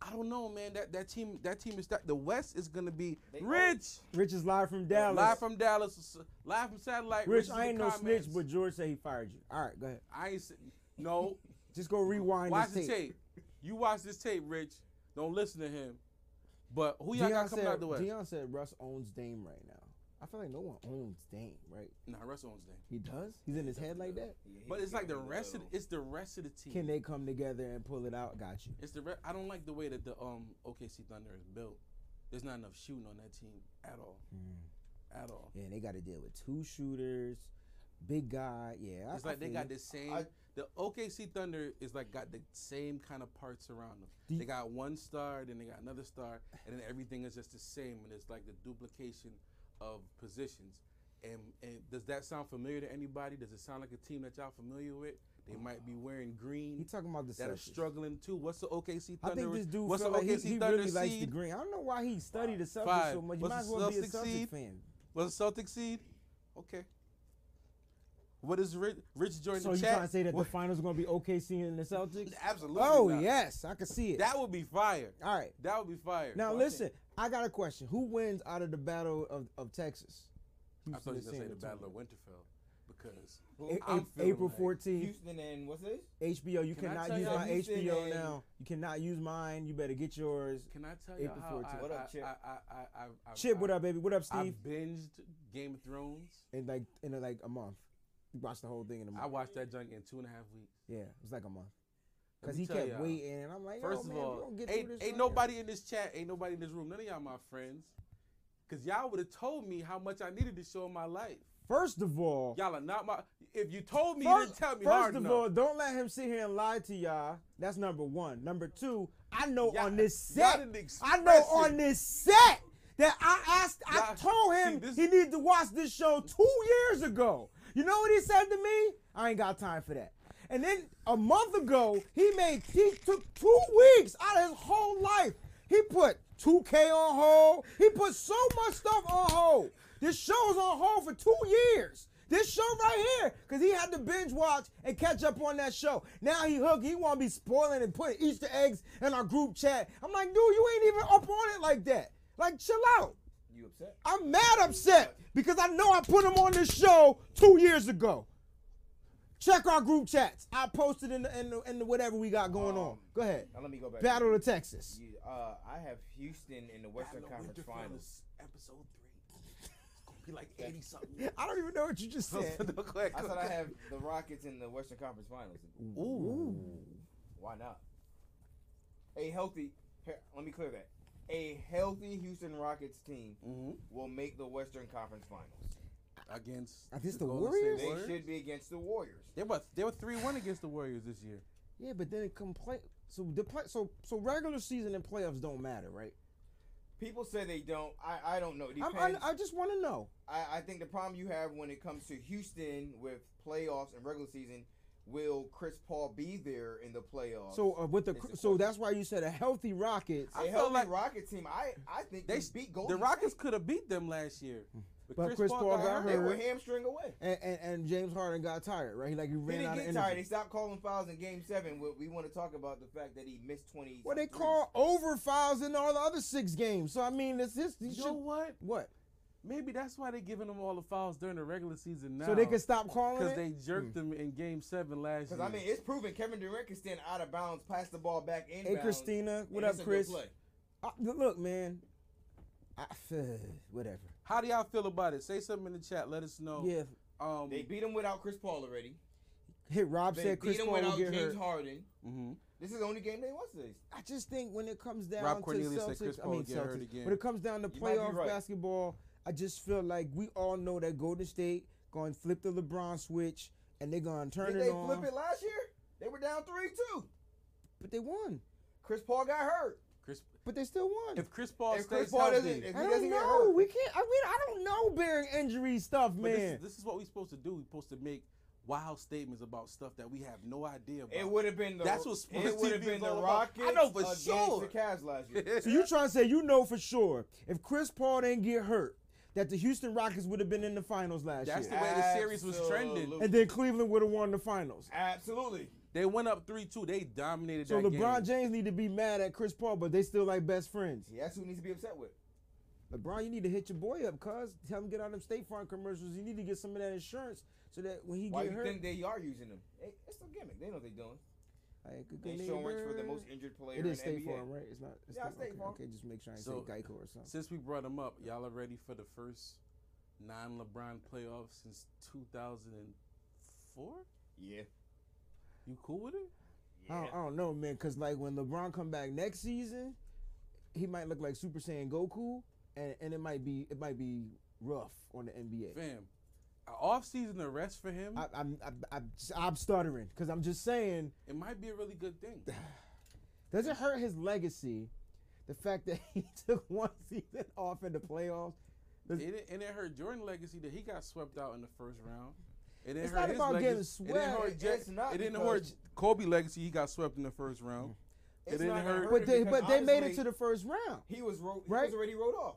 Speaker 2: I don't know, man. That that team that team is stacked. The West is gonna be
Speaker 3: They
Speaker 2: rich.
Speaker 1: Rich is live from Dallas.
Speaker 2: Live from Dallas. Live from satellite.
Speaker 1: Rich,
Speaker 2: is
Speaker 1: I
Speaker 2: in
Speaker 1: ain't
Speaker 2: the
Speaker 1: no
Speaker 2: comments.
Speaker 1: snitch, but George said he fired you. All right, go ahead.
Speaker 2: I ain't. s- No.
Speaker 1: Just go rewind
Speaker 2: watch the
Speaker 1: this
Speaker 2: tape. You watch this tape, Rich. Don't listen to him. But who y'all got
Speaker 1: Deion
Speaker 2: coming
Speaker 1: said,
Speaker 2: out the West?
Speaker 1: Deion said Russ owns Dame right now. I feel like no one owns Dame, right?
Speaker 2: Nah, Russell owns them.
Speaker 1: He does. He's in his head like that.
Speaker 3: Yeah, he
Speaker 2: But it's
Speaker 3: was
Speaker 2: like the
Speaker 3: getting a
Speaker 2: rest of
Speaker 3: little-
Speaker 2: it's the rest of the team.
Speaker 1: Can they come together and pull it out? Got you.
Speaker 2: It's the re- I don't like the way that the um OKC Thunder is built. There's not enough shooting on that team at all, at all.
Speaker 1: Yeah, they got to deal with two shooters, big guy. Yeah, I-
Speaker 2: It's
Speaker 1: I
Speaker 2: like they
Speaker 1: feel you.
Speaker 2: got the same.
Speaker 3: I-
Speaker 2: the OKC Thunder is like got the same kind of parts around them.
Speaker 1: Do you-
Speaker 2: they got one star, then they got another star, and then everything is just the same. And it's like the duplication of positions. And, and does that sound familiar to anybody? Does it sound like a team that y'all familiar with? They might be wearing
Speaker 1: He
Speaker 2: green
Speaker 1: talking about the
Speaker 2: that are
Speaker 1: Celtics.
Speaker 2: struggling too. What's the OKC
Speaker 1: I
Speaker 2: Thunder?
Speaker 1: think this dude
Speaker 2: What's the
Speaker 1: felt like he,
Speaker 2: OKC
Speaker 1: he
Speaker 2: Thunder
Speaker 1: really likes the
Speaker 2: seed?
Speaker 1: green. I don't know why he studied the Celtics
Speaker 2: Five.
Speaker 1: so much. You
Speaker 2: What's
Speaker 1: might as
Speaker 2: the
Speaker 1: well be a
Speaker 2: Celtics
Speaker 1: Celtics
Speaker 2: seed?
Speaker 1: fan.
Speaker 2: Was Celtic seed? Okay. What is Rich, Rich joined
Speaker 1: So
Speaker 2: the
Speaker 1: you
Speaker 2: chat?
Speaker 1: trying to say that
Speaker 2: What-
Speaker 1: the finals going to be OKC and the Celtics?
Speaker 2: Absolutely.
Speaker 1: Oh
Speaker 2: not.
Speaker 1: yes, I can see it.
Speaker 2: That would be fire.
Speaker 1: All right.
Speaker 2: That would be fire.
Speaker 1: Now
Speaker 3: Well, I
Speaker 1: listen, I got a question. Who wins out of the battle of, of Texas?
Speaker 2: I thought you were gonna
Speaker 1: and
Speaker 2: say the
Speaker 1: San
Speaker 2: Battle
Speaker 1: Antonio.
Speaker 2: of Winterfell because
Speaker 1: A-
Speaker 2: I'm
Speaker 1: A-
Speaker 2: feeling
Speaker 1: April
Speaker 2: like-
Speaker 1: 14th,
Speaker 3: Houston and what's this?
Speaker 1: HBO. You
Speaker 2: Can I
Speaker 1: cannot
Speaker 2: tell
Speaker 1: use
Speaker 2: y'all
Speaker 1: my
Speaker 3: Houston
Speaker 1: HBO
Speaker 3: and-
Speaker 1: now. You cannot use mine. You better get yours.
Speaker 2: can I tell you
Speaker 1: April
Speaker 2: how
Speaker 1: 14th.
Speaker 2: I,
Speaker 3: What
Speaker 2: I,
Speaker 3: up, Chip?
Speaker 2: I, I, I, I, I,
Speaker 1: Chip,
Speaker 2: I,
Speaker 1: what up, baby? What up,
Speaker 2: I
Speaker 1: Steve?
Speaker 2: binged Game of Thrones.
Speaker 1: in like in uh, like a month, you watched the whole thing in a month.
Speaker 2: I watched that junk in two and a half weeks.
Speaker 1: yeah, it was like a month.
Speaker 2: Let
Speaker 1: Cause
Speaker 2: me
Speaker 1: he
Speaker 2: tell
Speaker 1: kept
Speaker 2: y'all.
Speaker 1: waiting, and I'm like,
Speaker 2: First
Speaker 1: Yo,
Speaker 2: of
Speaker 1: oh, man, we
Speaker 2: all,
Speaker 1: gonna get
Speaker 2: ain't,
Speaker 1: through this
Speaker 2: ain't
Speaker 1: right
Speaker 2: nobody in this chat, ain't nobody in this room. None of y'all my friends, cause y'all would have told me how much I needed to show in my life.
Speaker 1: now." First of all,
Speaker 2: Y'all are not my. If you told me, you
Speaker 1: First,
Speaker 2: didn't tell me
Speaker 1: first
Speaker 2: hard
Speaker 1: of
Speaker 2: enough.
Speaker 1: all, don't let him sit here and lie to y'all. That's number one. Number two, I know
Speaker 2: Y'all-
Speaker 1: on this
Speaker 2: y'all
Speaker 1: set,
Speaker 2: didn't express
Speaker 1: I know
Speaker 2: it.
Speaker 1: on this set that I asked, I
Speaker 2: Y'all-
Speaker 1: told him
Speaker 2: see, this-
Speaker 1: he needed to watch this show two years ago. You know what he said to me? I ain't got time for that. And then a month ago, he made he took two weeks out of his whole life. He put 2K on hold. He put so much stuff on hold. This show's on hold for two years. This show right here, because he had to binge watch and catch up on that show. Now he hooked. He want to be spoiling and putting Easter eggs in our group chat. I'm like, dude, you ain't even up on it like that. Like, chill out.
Speaker 3: You upset?
Speaker 1: I'm mad upset because I know I put him on this show two years ago. Check our group chats. I posted in the, in the, in the whatever we got going on.
Speaker 3: Um,
Speaker 1: Go ahead.
Speaker 3: Now let me go back.
Speaker 1: Battle of Texas.
Speaker 3: You, uh, I have Houston in the Western
Speaker 2: Battle of
Speaker 3: Conference
Speaker 2: Winterfell
Speaker 3: Finals.
Speaker 2: is episode three. It's gonna be like eighty something.
Speaker 1: I don't even know what you just said.
Speaker 3: I said I have the Rockets in the Western Conference Finals.
Speaker 2: Ooh.
Speaker 3: Why not? A healthy, he- let me clear that. A healthy Houston Rockets team
Speaker 2: hmm
Speaker 3: will make the Western Conference Finals.
Speaker 2: Against
Speaker 1: Are this the
Speaker 2: Golden
Speaker 1: Warriors?
Speaker 2: State
Speaker 3: They
Speaker 2: Warriors?
Speaker 3: should be against the Warriors.
Speaker 2: They were they were three one against the Warriors this year.
Speaker 1: Yeah, but then it can play. So the play, so so regular season and playoffs don't matter, right?
Speaker 3: People say they don't. I, I don't know. It
Speaker 1: I'm,
Speaker 3: Depends.
Speaker 1: I, I just want to know.
Speaker 3: I, I think the problem you have when it comes to Houston with playoffs and regular season, will Chris Paul be there in the playoffs?
Speaker 1: So uh, with the
Speaker 3: Oh, It's a
Speaker 1: so
Speaker 3: question.
Speaker 1: that's why you said a healthy Rockets.
Speaker 2: I
Speaker 3: a
Speaker 2: feel
Speaker 3: healthy
Speaker 2: like-
Speaker 3: Rocket team, I, I think
Speaker 2: They
Speaker 3: they
Speaker 2: s-
Speaker 3: beat Golden.
Speaker 2: The Rockets
Speaker 3: State.
Speaker 2: could have beat them last year,
Speaker 1: Oh, Hmm. But Chris Paul got
Speaker 3: They were
Speaker 1: hurt.
Speaker 3: hamstring away.
Speaker 1: And, and and James Harden got tired, right? He like he
Speaker 3: He
Speaker 1: ran
Speaker 3: didn't
Speaker 1: out
Speaker 3: get
Speaker 1: of energy.
Speaker 3: tired. They stopped calling fouls in Game Seven. We, we want to talk about the fact that he missed twenty.
Speaker 1: Well, they
Speaker 3: threes.
Speaker 1: call over fouls in all the other six games. So I mean, it's his. he
Speaker 2: You know
Speaker 1: should-
Speaker 2: what?
Speaker 1: what?
Speaker 2: Maybe that's why they're giving them all the fouls during the regular season now.
Speaker 1: So they can stop calling
Speaker 2: because
Speaker 1: it. Hmm.
Speaker 2: they jerked them in Game Seven last year.
Speaker 3: Because I mean, it's proven Kevin Durant can stand out of bounds, pass the ball back in.
Speaker 1: hey, Christina, what up, Chris? Uh, look, man. I, whatever.
Speaker 2: how do y'all feel about it? Say something in the chat. Let us
Speaker 3: Oh.
Speaker 2: know.
Speaker 1: Yeah.
Speaker 2: Um.
Speaker 3: They beat him without Chris Paul already.
Speaker 1: Hit Rob
Speaker 3: They
Speaker 1: said
Speaker 3: beat
Speaker 1: Chris
Speaker 3: him
Speaker 1: Paul will
Speaker 3: without
Speaker 1: get
Speaker 3: James
Speaker 1: hurt.
Speaker 3: Harden.
Speaker 2: mhm.
Speaker 3: This is the only game they lost this.
Speaker 1: I just think when it comes down to
Speaker 2: Cornelius said
Speaker 1: Celtics,
Speaker 2: Chris
Speaker 1: I
Speaker 2: Paul
Speaker 1: mean
Speaker 2: get hurt
Speaker 1: Celtics,
Speaker 2: again.
Speaker 1: when it comes down to
Speaker 3: You might be
Speaker 1: playoff
Speaker 3: right.
Speaker 1: basketball, I just feel like we all know that Golden State going to flip the LeBron switch and they're going to turn
Speaker 3: Did
Speaker 1: it
Speaker 3: they
Speaker 1: on.
Speaker 3: flip it last year? They were down three two.
Speaker 1: But they won.
Speaker 3: Chris Paul got hurt.
Speaker 2: Chris,
Speaker 1: But they still won.
Speaker 2: if Chris Paul
Speaker 3: If
Speaker 2: stays
Speaker 3: Chris Paul doesn't,
Speaker 2: healthy,
Speaker 3: if he
Speaker 1: I don't
Speaker 3: doesn't get
Speaker 1: know.
Speaker 3: hurt,
Speaker 1: We can't. I mean, I don't know bearing injury stuff,
Speaker 2: But this,
Speaker 1: man.
Speaker 2: is- this is what we're supposed to do. We're supposed to make wild statements about stuff that we have no idea about.
Speaker 3: it would have been the
Speaker 2: That's what sports
Speaker 3: it would
Speaker 2: TV
Speaker 3: have
Speaker 2: is
Speaker 3: been the
Speaker 2: all about.
Speaker 3: Rockets
Speaker 2: I know for
Speaker 3: against
Speaker 2: sure.
Speaker 3: the Cavs last year.
Speaker 1: So you trying to say you know for sure if Chris Paul didn't get hurt that the Houston Rockets would have been in the finals last
Speaker 2: That's the
Speaker 1: year,
Speaker 2: way the series was trending.
Speaker 3: Absolutely.
Speaker 1: and then Cleveland would have won the finals.
Speaker 3: Absolutely.
Speaker 2: they went up three two. They dominated
Speaker 1: So
Speaker 2: that
Speaker 1: LeBron
Speaker 2: game.
Speaker 1: James need to be mad at Chris Paul, but they still like best friends.
Speaker 3: See, that's who needs to be upset with.
Speaker 1: LeBron, you need to hit your boy up, cuz tell him to get out of them State Farm commercials. You need to get some of that insurance so that when he
Speaker 3: Why
Speaker 1: get
Speaker 3: you
Speaker 1: hurt,
Speaker 3: think they are using them? Hey, it's a gimmick. They know what they're doing.
Speaker 1: like, a good
Speaker 3: Insurance for the most
Speaker 1: neighbor.
Speaker 3: injured player
Speaker 1: It is
Speaker 3: in
Speaker 1: State
Speaker 3: NBA.
Speaker 1: Farm, right? It's not. It's
Speaker 3: Yeah,
Speaker 1: not,
Speaker 3: State
Speaker 1: okay,
Speaker 3: Farm.
Speaker 1: okay, just make sure I ain't
Speaker 2: So-
Speaker 1: say Geico or something.
Speaker 2: Since we brought him up, y'all are ready for the first non-LeBron playoffs since 2004.
Speaker 3: Yeah.
Speaker 2: You cool with it?
Speaker 1: I, don't, I don't know, man, because like when LeBron come back next season, he might look like Super Saiyan Goku, and, and it might be it might be rough on the NBA.
Speaker 2: Fam, a off-season arrest for him,
Speaker 1: I, I'm I, I, I'm stuttering because I'm just saying,
Speaker 2: it might be a really good thing.
Speaker 1: does it hurt his legacy, the fact that he took one season off in the playoffs?
Speaker 2: It, didn't- and it hurt Jordan's legacy that he got swept out in the first round. It didn't
Speaker 1: It's
Speaker 2: hurt
Speaker 1: not
Speaker 2: his
Speaker 1: about
Speaker 2: legacy.
Speaker 1: getting
Speaker 2: It didn't
Speaker 1: swept.
Speaker 2: hurt,
Speaker 3: It-
Speaker 2: Jack-
Speaker 3: it's not
Speaker 2: it didn't hurt
Speaker 3: because-
Speaker 2: Kobe legacy. He got swept in the first round. It
Speaker 3: It's
Speaker 2: didn't
Speaker 3: not gonna
Speaker 2: hurt.
Speaker 1: But they
Speaker 3: because
Speaker 1: but they made it
Speaker 3: honestly,
Speaker 1: to the first round.
Speaker 3: He was ro- he
Speaker 1: Right?
Speaker 3: was already wrote off.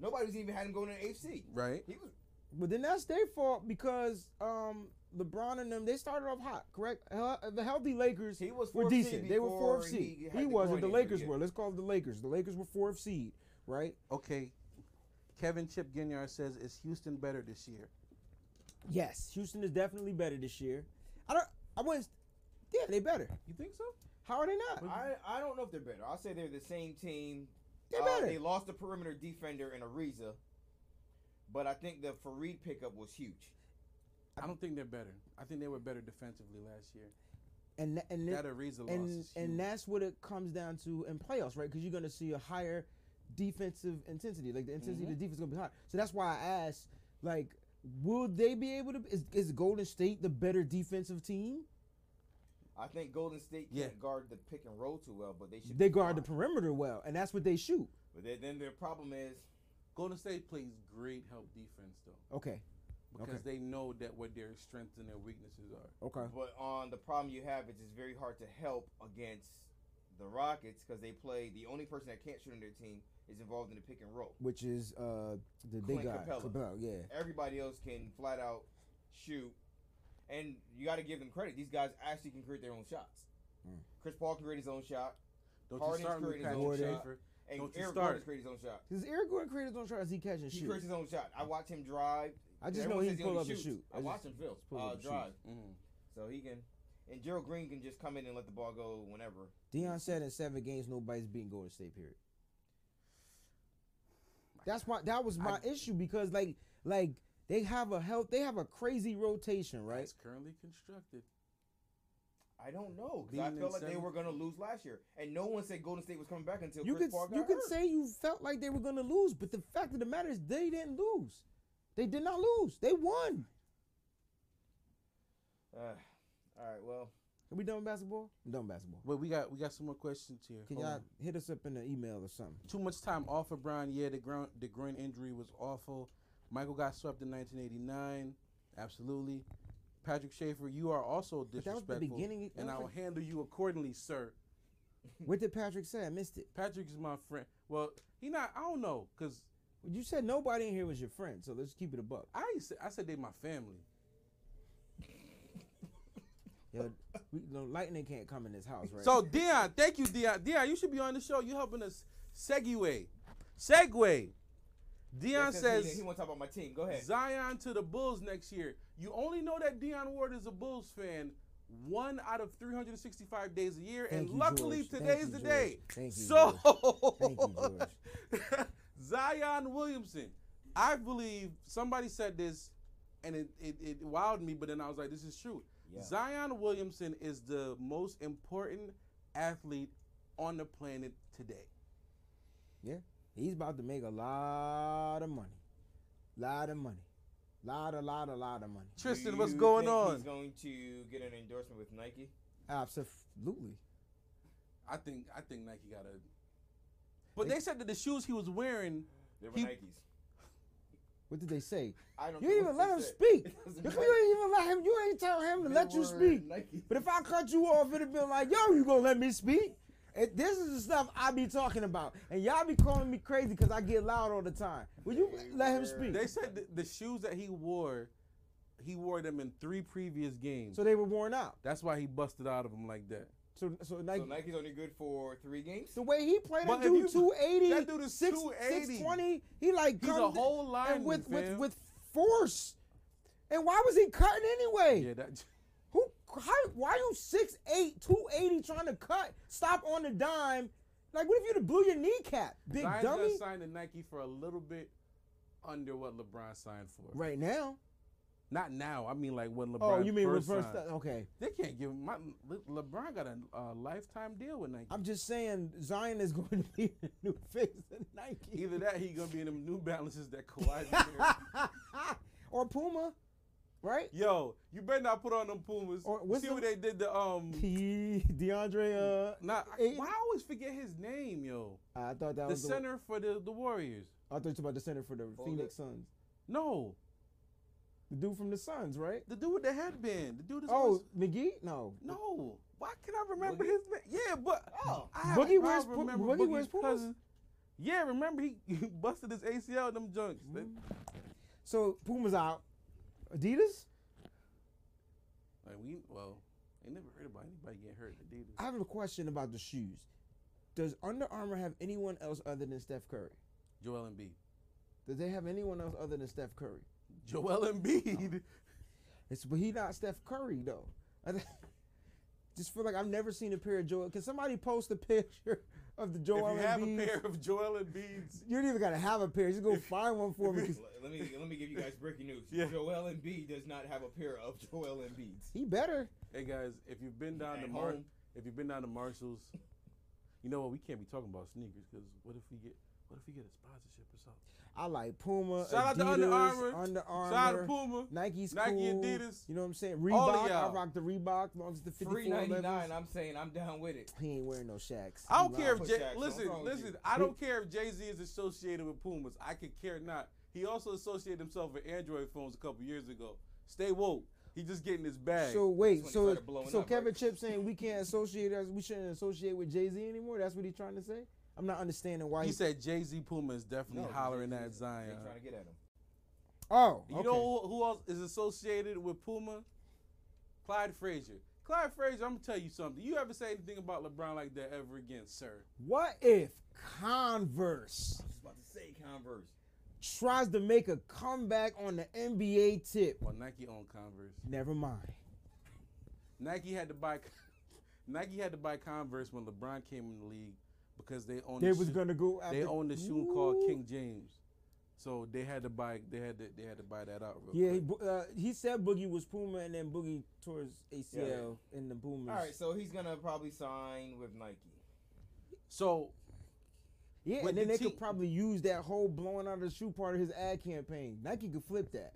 Speaker 3: Nobody's even had him going to the HC.
Speaker 2: Right.
Speaker 3: He was
Speaker 1: But then that's their fault because um, LeBron and them they started off hot, correct? Hel- The healthy Lakers
Speaker 3: he was
Speaker 1: were
Speaker 3: fourth
Speaker 1: decent.
Speaker 3: seed
Speaker 1: They were
Speaker 3: before
Speaker 1: fourth seed.
Speaker 3: had
Speaker 1: He wasn't. The
Speaker 3: groin
Speaker 1: Lakers
Speaker 3: injury,
Speaker 1: were. Let's call it the Lakers. The Lakers were fourth seed, right?
Speaker 2: Okay. Kevin Chip Ginyard says, "Is Houston better this year?"
Speaker 1: Yes, Houston is definitely better this year. I don't. I wouldn't. Yeah, they better.
Speaker 2: You think so?
Speaker 1: How are they not?
Speaker 3: yeah. I, I don't know if they're better. I'll say they're the same team.
Speaker 1: They're
Speaker 3: Uh,
Speaker 1: better.
Speaker 3: They lost a perimeter defender in Ariza, but I think the Farid pickup was huge.
Speaker 2: I don't think they're better. I think they were better defensively last year.
Speaker 1: and tha- and
Speaker 2: That
Speaker 1: it-
Speaker 2: Ariza loss.
Speaker 1: and
Speaker 2: is huge.
Speaker 1: and that's what it comes down to in playoffs, right? Because you're going to see a higher defensive intensity. Like the intensity
Speaker 3: Mm-hmm.
Speaker 1: of the defense is going to be high. So that's why I asked, like, will they be able to? Is, is Golden State the better defensive team?
Speaker 3: I think Golden State
Speaker 2: Yeah.
Speaker 3: can't guard the pick and roll too well, but they should.
Speaker 1: They
Speaker 3: be
Speaker 1: guard the
Speaker 3: fine.
Speaker 1: perimeter well, and that's what they shoot.
Speaker 3: But then, then their problem is
Speaker 2: Golden State plays great help defense though,
Speaker 1: Okay.
Speaker 2: because they know that what their strengths and their weaknesses are.
Speaker 1: Okay.
Speaker 3: But on the problem you have is it's very hard to help against the Rockets because they play the only person that can't shoot on their team is involved in the pick and roll.
Speaker 1: Which is uh the big
Speaker 3: Clint
Speaker 1: guy.
Speaker 3: Capella.
Speaker 1: Capella, yeah.
Speaker 3: Everybody else can flat out shoot, and you got to give them credit. These guys actually can create their own shots.
Speaker 1: Mm.
Speaker 3: Chris Paul can create his own shot,
Speaker 2: Don't
Speaker 3: Harden's
Speaker 2: you start with
Speaker 3: creating
Speaker 1: his
Speaker 2: Patrick
Speaker 1: own
Speaker 2: Schaefer.
Speaker 3: and
Speaker 2: Don't you
Speaker 3: Eric
Speaker 2: start.
Speaker 3: Gordon creates his own shot.
Speaker 1: Does Eric Gordon creators don't try as he catch and
Speaker 3: He
Speaker 1: shoot?
Speaker 3: creates his own shot. I watch him drive.
Speaker 1: I just
Speaker 3: Everyone
Speaker 1: know he
Speaker 3: says
Speaker 1: pull
Speaker 3: only
Speaker 1: up and
Speaker 3: shoots.
Speaker 1: shoot.
Speaker 3: I,
Speaker 1: just-
Speaker 3: watch him film,
Speaker 1: pull up
Speaker 3: uh,
Speaker 1: and
Speaker 3: drive,
Speaker 2: Mhm.
Speaker 3: so he can. And Gerald Green can just come in and let the ball go whenever.
Speaker 1: Deion said in seven games nobody's beating Golden State. Period. That's why that was my issue because like like they have a health they have a crazy rotation right.
Speaker 2: It's currently constructed.
Speaker 3: I don't know because
Speaker 2: Being
Speaker 3: I
Speaker 2: in
Speaker 3: felt like they
Speaker 2: seventh-
Speaker 3: were going to lose last year, and no one said Golden State was coming back until
Speaker 1: You
Speaker 3: Chris
Speaker 1: could
Speaker 3: Paul got
Speaker 1: you could
Speaker 3: hurt.
Speaker 1: say you felt like they were gonna lose, but the fact of the matter is they didn't lose. They did not lose. They won.
Speaker 3: Uh, all right, well,
Speaker 1: Are we done with basketball? I'm done with basketball.
Speaker 2: Wait, we got we got some more questions here.
Speaker 1: Can
Speaker 2: Hold
Speaker 1: y'all
Speaker 2: on.
Speaker 1: hit us up in an email or something?
Speaker 2: Too much time off for Brian. Yeah, the ground the groin injury was awful. Michael got swept in 1989. Absolutely. Patrick Schaefer, you are also
Speaker 1: But that was
Speaker 2: disrespectful,
Speaker 1: the beginning- that
Speaker 2: and
Speaker 1: was
Speaker 2: I
Speaker 1: the-
Speaker 2: will handle you accordingly, sir.
Speaker 1: What did Patrick say? I missed it.
Speaker 2: Patrick is my friend. Well, he not. I don't know, cause
Speaker 1: You said nobody in here was your friend, so let's keep it a buck.
Speaker 2: I ain't say- I said they my family.
Speaker 1: Yo, we, no, lightning can't come in this house, right?
Speaker 2: So Dion, thank you, Dion. Dion, you should be on the show. You helping us segue, segue. Dion
Speaker 3: that says he,
Speaker 2: says
Speaker 3: he want to talk about my team. Go ahead.
Speaker 2: Zion to the Bulls next year. You only know that Dion Ward is a Bulls fan one out of 365 days a year,
Speaker 1: Thank
Speaker 2: and
Speaker 1: you,
Speaker 2: luckily
Speaker 1: George. Thank
Speaker 2: today's
Speaker 1: you,
Speaker 2: the
Speaker 1: George.
Speaker 2: day.
Speaker 1: Thank you,
Speaker 2: so
Speaker 1: Thank you, George.
Speaker 2: Zion Williamson. I believe somebody said this and it, it, it wowed me, but then I was like, this is true.
Speaker 3: Yeah.
Speaker 2: Zion Williamson is the most important athlete on the planet today.
Speaker 1: yeah, he's about to make a lot of money, lot of money, lot a lot a lot of money.
Speaker 3: Do
Speaker 2: Tristan, what's
Speaker 3: you
Speaker 2: going
Speaker 3: think
Speaker 2: on?
Speaker 3: He's going to get an endorsement with Nike.
Speaker 1: Absolutely.
Speaker 2: I think I think Nike got a. But they said that the shoes he was wearing,
Speaker 3: They were
Speaker 2: He-
Speaker 3: Nikes.
Speaker 1: What did they say?
Speaker 3: I don't.
Speaker 1: You
Speaker 3: know
Speaker 1: didn't even
Speaker 3: what
Speaker 1: let him
Speaker 3: they said.
Speaker 1: speak.
Speaker 3: It
Speaker 1: You
Speaker 3: doesn't matter.
Speaker 1: didn't even let him. You ain't tell him to
Speaker 3: They
Speaker 1: let you
Speaker 3: were
Speaker 1: speak.
Speaker 3: Nikes.
Speaker 1: But if I cut you off, it'd been like, yo, you gonna let me speak? And this is the stuff I be talking about, and y'all be calling me crazy because I get loud all the time. Will you
Speaker 3: They
Speaker 1: let him
Speaker 3: were-
Speaker 1: speak?
Speaker 2: they said that the shoes that he wore, he wore them in three previous games.
Speaker 1: so they were worn out.
Speaker 2: That's why he busted out of them like that.
Speaker 1: So so Nike,
Speaker 3: So Nike's only good for three games.
Speaker 1: the way he played,
Speaker 2: But
Speaker 1: that
Speaker 2: if
Speaker 1: dude
Speaker 2: you-
Speaker 1: two eighty,
Speaker 2: that dude is 280.
Speaker 1: 620, He like
Speaker 2: He's a
Speaker 1: comes
Speaker 2: whole
Speaker 1: and
Speaker 2: line
Speaker 1: with with with force. And why was he cutting anyway?
Speaker 2: yeah that.
Speaker 1: Who? How, why you 6'8", 280 trying to cut? Stop on the dime. Like, what if you'd have blew your kneecap, big
Speaker 2: Zion
Speaker 1: dummy?
Speaker 2: just signed to Nike for a little bit under what LeBron signed for.
Speaker 1: Right now.
Speaker 2: Not now. I mean like when LeBron.
Speaker 1: Oh, you mean
Speaker 2: first
Speaker 1: reverse?
Speaker 2: signed.
Speaker 1: that Okay,
Speaker 2: They can't give him. My, Le- LeBron got a, a lifetime deal with Nike.
Speaker 1: I'm just saying Zion is going to be the new face of Nike.
Speaker 2: Either that, he gonna be in them New Balances that Kawhi. wear.
Speaker 1: or Puma, right?
Speaker 2: Yo, you better not put on them Pumas.
Speaker 1: Or what's
Speaker 2: See
Speaker 1: the-
Speaker 2: what they did to um.
Speaker 1: He, DeAndre. Uh,
Speaker 2: Not, I,
Speaker 1: Ayton?
Speaker 2: why I always forget his name, yo.
Speaker 1: I thought that
Speaker 2: The
Speaker 1: was
Speaker 2: center for the, the Warriors.
Speaker 1: The, I thought you were talking about the center for the
Speaker 3: Hold
Speaker 1: Phoenix
Speaker 3: it.
Speaker 1: Suns.
Speaker 2: No,
Speaker 1: The dude from the Suns, right?
Speaker 2: the dude with the headband. The dude is always,
Speaker 1: Oh, McGee? No.
Speaker 2: no. Why can I remember
Speaker 3: Boogie?
Speaker 2: his name? Yeah, but
Speaker 3: Oh.
Speaker 2: I have,
Speaker 1: Boogie
Speaker 2: I
Speaker 1: wears Pu-
Speaker 2: remember
Speaker 1: Boogie
Speaker 2: Boogie's
Speaker 1: wears Pumas?
Speaker 2: cousin. Yeah, remember he, he busted his ACL in them junks. They-
Speaker 1: Mm-hmm. So Puma's out. Adidas?
Speaker 2: Like we, well, they never heard about anybody getting hurt. in Adidas.
Speaker 1: I have a question about the shoes. Does Under Armour have anyone else other than Steph Curry?
Speaker 2: Joel Embiid.
Speaker 1: Does they have anyone else other than Steph Curry?
Speaker 2: Joel Embiid.
Speaker 1: It's but he not Steph Curry though. I th- just feel like I've never seen a pair of Joel. Can somebody post a picture of the Joel
Speaker 2: if you have
Speaker 1: Embiids?
Speaker 2: a pair of Joel Embiid's,
Speaker 1: You don't even gotta have a pair. Just go find one for me. 'cause
Speaker 3: Let- Let me let me give you guys breaking news.
Speaker 2: Yeah.
Speaker 3: Joel Embiid does not have a pair of Joel Embiid's.
Speaker 1: he better.
Speaker 2: hey guys, if you've been down
Speaker 3: At
Speaker 2: to Mar-
Speaker 3: home.
Speaker 2: if you've been down to Marshalls, you know what? We can't be talking about sneakers because what if we get what if we get a sponsorship or something?
Speaker 1: I like Puma.
Speaker 2: Shout out to Under
Speaker 1: Adidas,
Speaker 2: Armour.
Speaker 1: Under
Speaker 2: Shout out
Speaker 1: Armour,
Speaker 2: to Puma.
Speaker 1: Nike's
Speaker 2: Nike,
Speaker 1: cool.
Speaker 2: Adidas.
Speaker 1: You know what I'm saying?
Speaker 2: All of
Speaker 1: Reebok. I
Speaker 2: y'all.
Speaker 1: rock the Reebok. Long as the 54
Speaker 3: Three ninety
Speaker 1: 11s.
Speaker 3: nine. I'm saying I'm down with it.
Speaker 1: He ain't wearing no shacks.
Speaker 2: I don't
Speaker 1: He lying.
Speaker 2: care if
Speaker 3: Put
Speaker 2: Jay.
Speaker 3: Jackson, what's
Speaker 2: Listen,
Speaker 3: wrong with
Speaker 2: listen.
Speaker 3: you?
Speaker 2: I don't care if Jay Z is associated with Pumas. I could care not. He also associated himself with Android phones a couple years ago. Stay woke. He just getting his bag.
Speaker 1: So wait,
Speaker 3: when he
Speaker 1: so
Speaker 3: started blowing
Speaker 1: so
Speaker 3: up,
Speaker 1: Kevin
Speaker 3: right?
Speaker 1: Chip saying we can't associate us, we shouldn't associate with Jay Z anymore. That's what he's trying to say. I'm not understanding why
Speaker 2: he
Speaker 1: he.
Speaker 2: said Jay Z Puma is definitely hollering
Speaker 3: he's-
Speaker 2: at Zion.
Speaker 3: They trying to get at him.
Speaker 1: Oh,
Speaker 2: You know who- who else is associated with Puma? Clyde Frazier. Clyde Frazier, I'm gonna tell you something. You ever say anything about LeBron like that ever again, sir?
Speaker 1: what if Converse
Speaker 3: I was about to say Converse.
Speaker 1: tries to make a comeback on the NBA tip?
Speaker 2: Well, Nike owned Converse.
Speaker 1: Never mind.
Speaker 2: Nike had to buy Nike had to buy Converse when LeBron came in the league because they owned
Speaker 1: They
Speaker 2: the
Speaker 1: was
Speaker 2: shoe,
Speaker 1: gonna go. After,
Speaker 2: they owned the shoe called
Speaker 1: Ooh.
Speaker 2: King James. So they had to buy they had to they had to buy that out real
Speaker 1: Yeah, he,
Speaker 2: quick.
Speaker 1: bo- uh, he said Boogie was Puma, and then Boogie tore his ACL in the Boomers.
Speaker 3: All right, so he's gonna probably sign with Nike.
Speaker 2: So
Speaker 1: yeah,
Speaker 2: with
Speaker 1: and then
Speaker 2: the
Speaker 1: they
Speaker 2: team-
Speaker 1: could probably use that whole blowing out of the shoe part of his ad campaign. Nike could flip that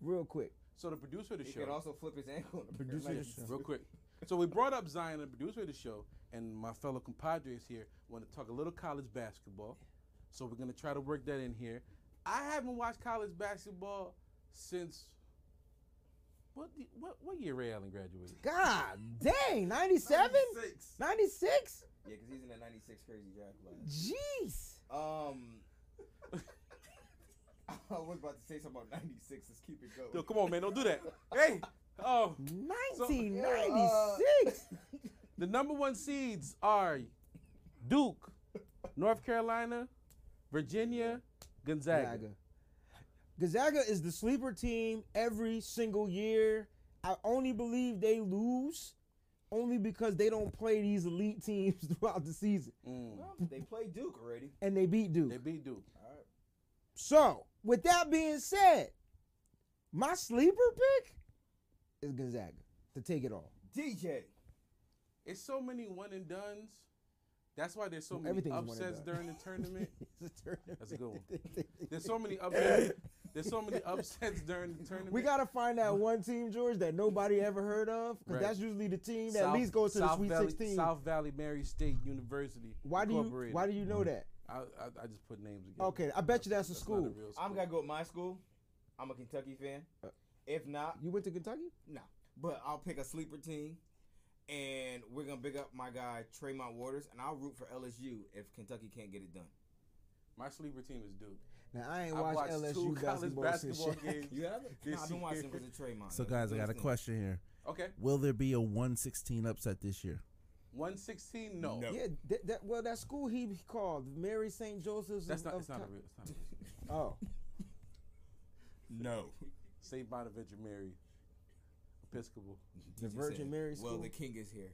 Speaker 1: real quick.
Speaker 2: so the producer of the
Speaker 3: He
Speaker 2: show
Speaker 3: could also flip his ankle. in a pair of
Speaker 1: Producer of the
Speaker 3: Nikes.
Speaker 1: show.
Speaker 2: real quick. So we brought up Zion, the producer of the show, and my fellow compadres here want to talk a little college basketball. So we're gonna try to work that in here. I haven't watched college basketball since what the- what what year Ray Allen graduated?
Speaker 1: God dang, 97?
Speaker 2: 96.
Speaker 1: 96?
Speaker 3: Yeah, because he's in the '96 crazy draft class.
Speaker 1: Jeez.
Speaker 3: Um, I was about to say something about '96. Let's keep it going.
Speaker 2: Yo, come on, man, don't do that. Hey, oh,
Speaker 3: Uh,
Speaker 1: 1996?
Speaker 2: the number one seeds are Duke, North Carolina, Virginia, Gonzaga.
Speaker 1: Gonzaga. Gonzaga is the sleeper team every single year. I only believe they lose only because they don't play these elite teams throughout the season.
Speaker 2: Mm.
Speaker 3: Well, they play Duke already.
Speaker 1: And they beat Duke.
Speaker 2: They beat Duke.
Speaker 3: All right.
Speaker 1: So, with that being said, my sleeper pick is Gonzaga to take it all.
Speaker 3: DJ.
Speaker 2: It's so many one and duns. That's why there's so many
Speaker 1: Everything's one and
Speaker 2: upsets
Speaker 1: done.
Speaker 2: during the tournament.
Speaker 1: It's a tournament.
Speaker 2: That's a good one. There's so many upsets. There's so many upsets during the tournament.
Speaker 1: We gotta find that one team, George, that nobody ever heard of, because
Speaker 2: Right.
Speaker 1: that's usually the team that at least goes to the
Speaker 2: South
Speaker 1: Sweet
Speaker 2: Valley,
Speaker 1: Sixteen.
Speaker 2: South Valley Mary State University.
Speaker 1: why do you
Speaker 2: Incorporated.
Speaker 1: Why do you know that?
Speaker 2: I, I, I just put names again.
Speaker 1: Okay, I bet you that's a
Speaker 2: not
Speaker 1: school.
Speaker 2: real
Speaker 3: I'm
Speaker 2: school.
Speaker 3: gonna go with my school. I'm a Kentucky fan.
Speaker 4: Uh.
Speaker 3: If not,
Speaker 1: You went to Kentucky?
Speaker 3: no. But I'll pick a sleeper team, and we're gonna big up my guy Traymont Waters, and I'll root for LSU if Kentucky can't get it done.
Speaker 2: My sleeper team is Duke.
Speaker 1: Now I ain't
Speaker 2: I
Speaker 1: watched
Speaker 2: watched two
Speaker 1: LSU
Speaker 2: college
Speaker 1: basketball, since
Speaker 2: basketball
Speaker 1: shit.
Speaker 2: games.
Speaker 3: have it?
Speaker 2: This
Speaker 3: I've been
Speaker 2: year.
Speaker 3: watching because of Traymont.
Speaker 4: So guys, I got a
Speaker 3: Please
Speaker 4: question here.
Speaker 2: Okay,
Speaker 4: Will there be a 116 upset this year?
Speaker 2: one sixteen. No,
Speaker 3: No.
Speaker 1: Yeah, that, that well, that school he called Mary St. Joseph's.
Speaker 2: that's
Speaker 1: of-
Speaker 2: not.
Speaker 1: of
Speaker 2: It's not a
Speaker 1: Ken-
Speaker 2: real. It's not a real. school.
Speaker 1: Oh,
Speaker 3: No.
Speaker 2: St. Bonaventure Mary Episcopal.
Speaker 1: The Virgin Mary
Speaker 3: Well,
Speaker 1: School.
Speaker 3: the king is here.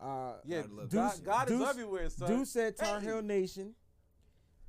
Speaker 1: uh,
Speaker 2: Yeah,
Speaker 3: I'd love
Speaker 2: God,
Speaker 1: to see it.
Speaker 2: God is
Speaker 1: Deuce-
Speaker 2: everywhere, son.
Speaker 1: Deuce said Tar
Speaker 2: Hey.
Speaker 1: Heel Nation.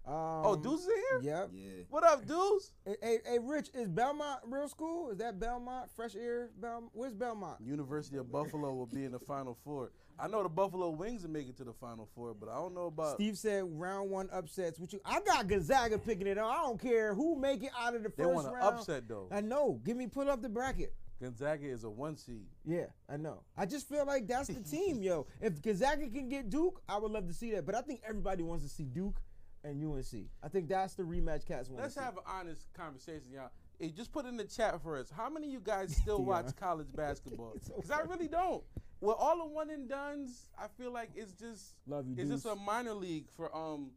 Speaker 1: Um,
Speaker 2: Oh, Deuce is here.
Speaker 1: Yep.
Speaker 3: Yeah.
Speaker 2: What up, Deuce?
Speaker 1: Hey, hey, hey, Rich, is Belmont real school? Is that Belmont? Fresh Air? Belmont? Where's Belmont?
Speaker 2: University of Buffalo will be in the Final Four. I know the Buffalo Wings will make it to the Final Four, but I don't know about.
Speaker 1: Steve said round one upsets. Which you, I got Gonzaga picking it up. I don't care who make it out of the
Speaker 2: they
Speaker 1: first
Speaker 2: want to
Speaker 1: round.
Speaker 2: upset though.
Speaker 1: I know. Give me put up the bracket.
Speaker 2: Gonzaga is a one seed.
Speaker 1: Yeah, I know. I just feel like that's the team, yo. If Gonzaga can get Duke, I would love to see that. But I think everybody wants to see Duke and UNC. I think that's the rematch cats want.
Speaker 2: Let's
Speaker 1: to see.
Speaker 2: have an honest conversation, y'all. Hey, just put in the chat for us. How many of you guys still watch college basketball?
Speaker 1: It's so
Speaker 2: Because I really don't. Well, all the one and duns, I feel like it's just
Speaker 1: Love you,
Speaker 2: it's just
Speaker 1: Deuce.
Speaker 2: a minor league for um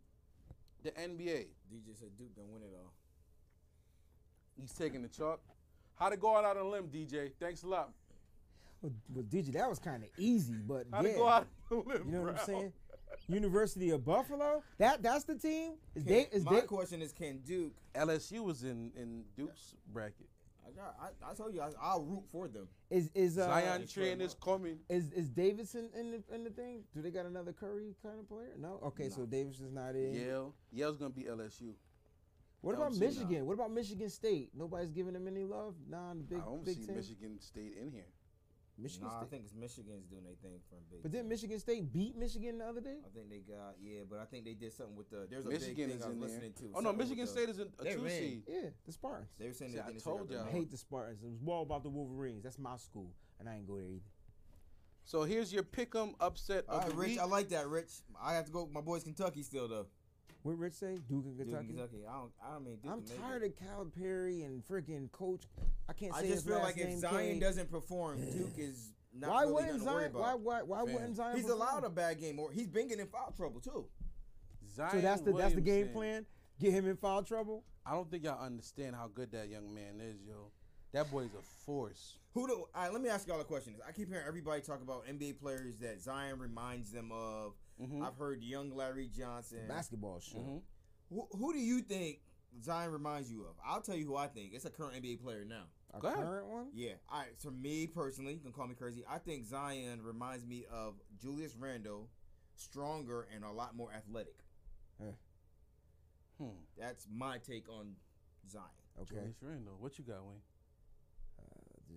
Speaker 2: the NBA.
Speaker 3: DJ said Duke gonna win it all.
Speaker 2: He's taking the chalk. How to go out on a limb, DJ? Thanks a lot.
Speaker 1: Well, well, DJ, that was kind of easy, but
Speaker 2: How
Speaker 1: yeah.
Speaker 2: to go out on a limb,
Speaker 1: You know what
Speaker 2: bro.
Speaker 1: I'm saying? University of Buffalo. That that's the team. Is they is
Speaker 3: My
Speaker 1: they
Speaker 3: question is, can Duke?
Speaker 2: LSU was in in Duke's bracket.
Speaker 3: I, got, I, I told you, I, I'll root for them.
Speaker 1: is is uh,
Speaker 2: Zion
Speaker 3: it's very
Speaker 2: train is
Speaker 3: much.
Speaker 2: coming.
Speaker 1: is is Davidson in the in the thing? Do they got another Curry kind of player? No. Okay, so
Speaker 3: No.
Speaker 1: Davidson's not in.
Speaker 2: Yale, Yale's gonna be LSU.
Speaker 1: What
Speaker 2: I
Speaker 1: about
Speaker 2: don't see
Speaker 1: Michigan? What about Michigan State? Nobody's giving them any love. Nah, in the big
Speaker 2: I don't
Speaker 1: Big
Speaker 2: see
Speaker 1: Ten.
Speaker 2: Michigan State in here.
Speaker 1: Michigan
Speaker 3: Nah, I
Speaker 1: State.
Speaker 3: think it's Michigan's doing their thing from big.
Speaker 1: but didn't Michigan State beat Michigan the other day?
Speaker 3: I think they got yeah, but I think they did something with the. There's a big
Speaker 2: Michigan
Speaker 3: thing
Speaker 2: is
Speaker 3: I was
Speaker 2: in there.
Speaker 3: listening to.
Speaker 2: Oh no,
Speaker 3: something with
Speaker 2: Michigan
Speaker 3: the-
Speaker 2: State is in- a
Speaker 3: They're
Speaker 2: two
Speaker 3: in.
Speaker 2: seed.
Speaker 1: Yeah, the Spartans.
Speaker 3: They uh, were saying
Speaker 2: See,
Speaker 3: that
Speaker 2: I
Speaker 3: they didn't
Speaker 2: told
Speaker 3: take out
Speaker 1: I
Speaker 2: y'all.
Speaker 3: the-
Speaker 1: hate the Spartans. It was all about the Wolverines. That's my school, and I ain't go there either.
Speaker 2: So here's your pick'em upset
Speaker 3: All
Speaker 2: of
Speaker 1: uh,
Speaker 3: right,
Speaker 2: the
Speaker 3: Rich,
Speaker 2: week.
Speaker 3: I like that, Rich. I have to go. with My boy's Kentucky still though.
Speaker 1: What Rich say? Duke and
Speaker 3: Duke
Speaker 1: Kentucky.
Speaker 3: and Kentucky. I don't. I mean, Duke
Speaker 1: I'm
Speaker 3: can make
Speaker 1: tired
Speaker 3: it.
Speaker 1: of Calipari and freaking coach. I can't say
Speaker 3: I
Speaker 1: his
Speaker 3: just feel
Speaker 1: last
Speaker 3: like if
Speaker 1: name,
Speaker 3: Zion
Speaker 1: Kenny.
Speaker 3: doesn't perform, Duke is not
Speaker 1: why
Speaker 3: really
Speaker 1: wouldn't
Speaker 3: nothing to worry
Speaker 1: Zion?
Speaker 3: about.
Speaker 1: Why why why
Speaker 2: Fam.
Speaker 1: wouldn't Zion?
Speaker 3: He's
Speaker 1: perform?
Speaker 3: allowed a bad game, or he's been getting in foul trouble too.
Speaker 2: Zion
Speaker 1: So that's the that's the game plan.
Speaker 2: Williamson.
Speaker 1: Get him in foul trouble.
Speaker 2: I don't think y'all understand how good that young man is, yo. That boy's a force.
Speaker 3: Who do? All right, let me ask y'all a question. I keep hearing everybody talk about NBA players that Zion reminds them of.
Speaker 1: Hmm.
Speaker 2: Mhm.
Speaker 3: I've heard young Larry Johnson.
Speaker 1: Basketball shit.
Speaker 3: Mm-hmm.
Speaker 2: Mhm.
Speaker 3: Who, who do you think Zion reminds you of? I'll tell you who I think. It's a current NBA player now.
Speaker 1: A
Speaker 2: Go ahead.
Speaker 1: current one.
Speaker 3: Yeah. All right. So me personally, you can call me crazy. I think Zion reminds me of Julius Randle, stronger and a lot more athletic.
Speaker 1: Huh.
Speaker 2: Hmm.
Speaker 3: That's my take on Zion.
Speaker 1: Okay.
Speaker 2: Julius Randle, what you got, Wayne?
Speaker 1: Uh,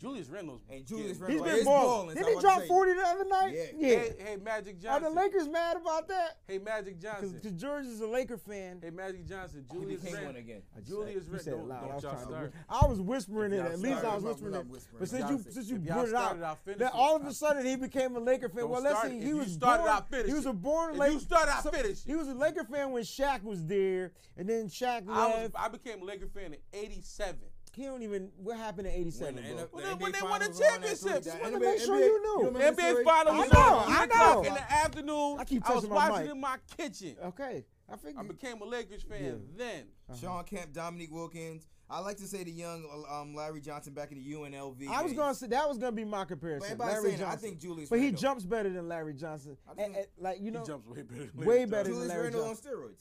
Speaker 2: Julius Randle's
Speaker 3: And Julius
Speaker 2: getting-
Speaker 1: He's
Speaker 3: Randle
Speaker 1: been
Speaker 3: is
Speaker 1: balling.
Speaker 3: balling,
Speaker 1: Did
Speaker 3: so I'm
Speaker 1: he
Speaker 3: about to
Speaker 1: drop
Speaker 3: say-
Speaker 1: forty the other night?
Speaker 3: Yeah.
Speaker 2: Hey, hey, Magic
Speaker 1: Are the
Speaker 2: Johnson.
Speaker 1: Lakers mad about that?
Speaker 2: hey, Magic
Speaker 1: Because
Speaker 2: Johnson.
Speaker 1: George is a Laker fan.
Speaker 2: Hey, Magic Johnson.
Speaker 3: He
Speaker 2: Julius
Speaker 3: became one
Speaker 2: Randle.
Speaker 3: again.
Speaker 1: I just
Speaker 2: Julius
Speaker 1: said- you
Speaker 2: Rand-
Speaker 1: said it
Speaker 2: don't-
Speaker 1: loud.
Speaker 2: don't
Speaker 1: I was,
Speaker 2: y'all
Speaker 1: trying to
Speaker 2: start.
Speaker 1: whi- I was whispering it.
Speaker 2: y'all
Speaker 1: At least
Speaker 2: start,
Speaker 1: I was
Speaker 3: we're not
Speaker 1: whispering it.
Speaker 3: whispering.
Speaker 1: But
Speaker 3: If
Speaker 1: since
Speaker 2: y'all
Speaker 1: you
Speaker 2: say-
Speaker 1: since you
Speaker 2: if y'all
Speaker 1: brought it
Speaker 2: started, I'll
Speaker 1: out,
Speaker 2: finish
Speaker 1: that
Speaker 2: it.
Speaker 1: all of
Speaker 2: I-
Speaker 1: a sudden he became a Laker fan.
Speaker 2: Don't
Speaker 1: Well, let's
Speaker 2: start
Speaker 1: see.
Speaker 2: it.
Speaker 1: He
Speaker 2: If
Speaker 1: was
Speaker 2: you started,
Speaker 1: born.
Speaker 2: I'll finish
Speaker 1: He was a
Speaker 2: it.
Speaker 1: born
Speaker 2: If
Speaker 1: Laker.
Speaker 2: you started, I'll
Speaker 1: so-
Speaker 2: finish it.
Speaker 1: He was a Laker fan when Shaq was there, and then Shaq
Speaker 2: I, was,
Speaker 1: left.
Speaker 2: I became a Laker fan in 87.
Speaker 1: he don't even. What happened in
Speaker 3: When
Speaker 1: '87,
Speaker 3: the
Speaker 1: bro?
Speaker 3: N- the
Speaker 2: When they- when
Speaker 3: NBA
Speaker 2: they won the
Speaker 3: finals was on that
Speaker 2: championship,
Speaker 3: Tuesday.
Speaker 2: just
Speaker 1: wanted to
Speaker 3: NBA
Speaker 1: make sure you knew.
Speaker 3: remember the
Speaker 2: NBA
Speaker 3: story?
Speaker 2: Finals
Speaker 1: I
Speaker 2: was
Speaker 1: know,
Speaker 2: on
Speaker 1: I
Speaker 2: 3 o'clock
Speaker 1: know.
Speaker 2: in the afternoon.
Speaker 1: I keep
Speaker 2: I was
Speaker 1: touching my
Speaker 2: watching
Speaker 1: mic. Uh,
Speaker 2: in my kitchen.
Speaker 1: Okay, I figured.
Speaker 2: I became a Lakers fan then.
Speaker 3: Sean Kemp, Dominique Wilkins. I like to say the young um, Larry Johnson back in the UNLV.
Speaker 1: I was
Speaker 3: days.
Speaker 1: gonna say that was gonna be my comparison.
Speaker 3: But everybody's
Speaker 1: Larry
Speaker 3: saying that. I
Speaker 1: Johnson.
Speaker 3: think Julius.
Speaker 1: But he
Speaker 3: Randle.
Speaker 1: jumps better than Larry Johnson.
Speaker 3: I think-
Speaker 1: And- and, like you know,
Speaker 2: he jumps way better. Than
Speaker 1: way better
Speaker 2: Larry Johnson.
Speaker 1: than
Speaker 3: Julius
Speaker 1: Larry
Speaker 3: Randle on
Speaker 1: Johnson.
Speaker 3: steroids.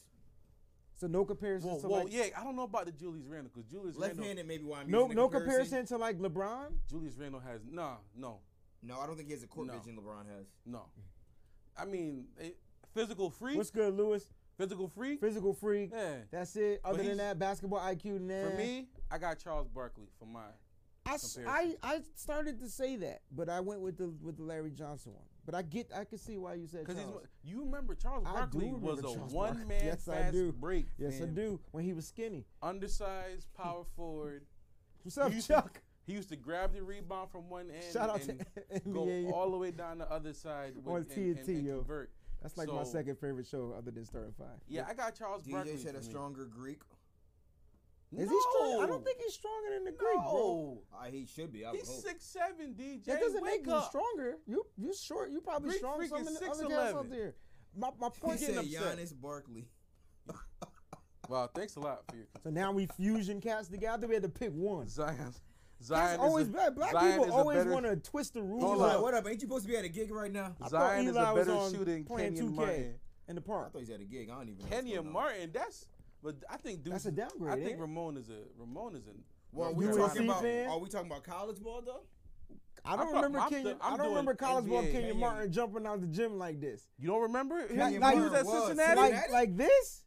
Speaker 1: so no comparison.
Speaker 2: Whoa,
Speaker 1: to
Speaker 2: whoa,
Speaker 1: like,
Speaker 2: yeah. I don't know about the Julius Randle because Julius Randle,
Speaker 3: Left-handed, maybe why I'm
Speaker 1: No,
Speaker 3: using the
Speaker 1: no comparison to like LeBron.
Speaker 2: Julius Randle has nah, no,
Speaker 3: No, I don't think he has the court
Speaker 2: No.
Speaker 3: vision LeBron has.
Speaker 2: no. I mean, it, physical free,
Speaker 1: What's good, Lewis?
Speaker 2: physical free.
Speaker 1: Physical freak.
Speaker 2: Yeah.
Speaker 1: That's it. Other than
Speaker 2: he's-
Speaker 1: that, basketball IQ. Nah.
Speaker 2: For me, I got Charles Barkley for mine.
Speaker 1: I, s- I,
Speaker 2: Comparison.
Speaker 1: I started to say that, but I went with the with the Larry Johnson one. But I get I can see why you said
Speaker 2: Because he's
Speaker 1: Charles.
Speaker 2: you remember Charles
Speaker 1: I do
Speaker 2: Barkley
Speaker 1: remember
Speaker 2: was a
Speaker 1: Charles Barkley.
Speaker 2: one man
Speaker 1: Yes, I
Speaker 2: fast
Speaker 1: do.
Speaker 2: break.
Speaker 1: Yes, I
Speaker 2: man.
Speaker 1: do. When he was skinny.
Speaker 2: Undersized power forward.
Speaker 1: What's up,
Speaker 2: He used to-
Speaker 1: Chuck?
Speaker 2: He used to grab the rebound from one end
Speaker 1: Shout out to
Speaker 2: and
Speaker 1: NBA.
Speaker 2: go all the way down the other side with,
Speaker 1: On
Speaker 2: and, and,
Speaker 1: TNT,
Speaker 2: and
Speaker 1: yo.
Speaker 2: convert.
Speaker 1: That's like my
Speaker 2: So-
Speaker 1: second favorite show other than Starting Five.
Speaker 2: Yeah, I got Charles Barkley.
Speaker 3: DJ said
Speaker 2: for
Speaker 3: a
Speaker 2: me.
Speaker 3: stronger Greek.
Speaker 1: Is he strong? I
Speaker 2: No.
Speaker 1: don't think he's stronger than the
Speaker 2: no.
Speaker 1: Greek, bro.
Speaker 3: Uh, he should be. I would
Speaker 2: He's
Speaker 3: hope.
Speaker 2: six seven, DJ.
Speaker 1: That doesn't
Speaker 2: Wake
Speaker 1: make you
Speaker 2: up.
Speaker 1: stronger. You you short. You probably
Speaker 2: Greek
Speaker 1: strong
Speaker 2: Freak
Speaker 1: some
Speaker 2: is
Speaker 1: in the other
Speaker 2: 6'11".
Speaker 1: guys out there. My my
Speaker 3: He
Speaker 1: point
Speaker 3: said
Speaker 1: is.
Speaker 2: upset.
Speaker 3: Giannis Barkley.
Speaker 2: Wow, thanks a lot for your
Speaker 1: So now we fusion cats together. We had to pick one.
Speaker 2: Zion. Zion
Speaker 1: That's
Speaker 2: is
Speaker 1: always
Speaker 2: a,
Speaker 1: bad. Black
Speaker 2: Zion is
Speaker 1: people
Speaker 2: a
Speaker 1: always
Speaker 2: better-
Speaker 1: want to twist the rules.
Speaker 2: Hold
Speaker 3: Eli,
Speaker 1: out.
Speaker 2: on.
Speaker 3: what up? Ain't you supposed to be at a gig right now?
Speaker 1: I thought
Speaker 2: Zion is a
Speaker 1: Eli was
Speaker 2: better
Speaker 1: on
Speaker 2: shooter than
Speaker 1: playing
Speaker 2: Kenyon
Speaker 1: 2K
Speaker 2: Martin.
Speaker 1: in the
Speaker 3: I
Speaker 1: park.
Speaker 3: thought he's at a gig. I don't even. know what's
Speaker 2: Kenya
Speaker 3: going on.
Speaker 2: Martin. That's but I think dude.
Speaker 1: That's a downgrade,
Speaker 2: I think
Speaker 1: ain't it?
Speaker 2: Ramon is a Ramon is in.
Speaker 3: Well,
Speaker 2: North
Speaker 3: we
Speaker 1: USC
Speaker 2: Carolina.
Speaker 3: talking about?
Speaker 1: fan?
Speaker 3: Are we talking about college ball though?
Speaker 1: I don't
Speaker 2: I'm pro-
Speaker 1: remember
Speaker 2: I'm
Speaker 1: Kenyon.
Speaker 2: the- I'm
Speaker 1: I don't
Speaker 2: doing
Speaker 1: remember college ball
Speaker 2: NBA.
Speaker 1: Kenyon
Speaker 3: Kenyon-
Speaker 1: Martin jumping out the gym like this.
Speaker 2: You don't remember? him?
Speaker 1: Like,
Speaker 3: Kenyon
Speaker 1: like,
Speaker 2: he was at
Speaker 3: was
Speaker 2: Cincinnati.
Speaker 3: Cincinnati?
Speaker 1: like, like this?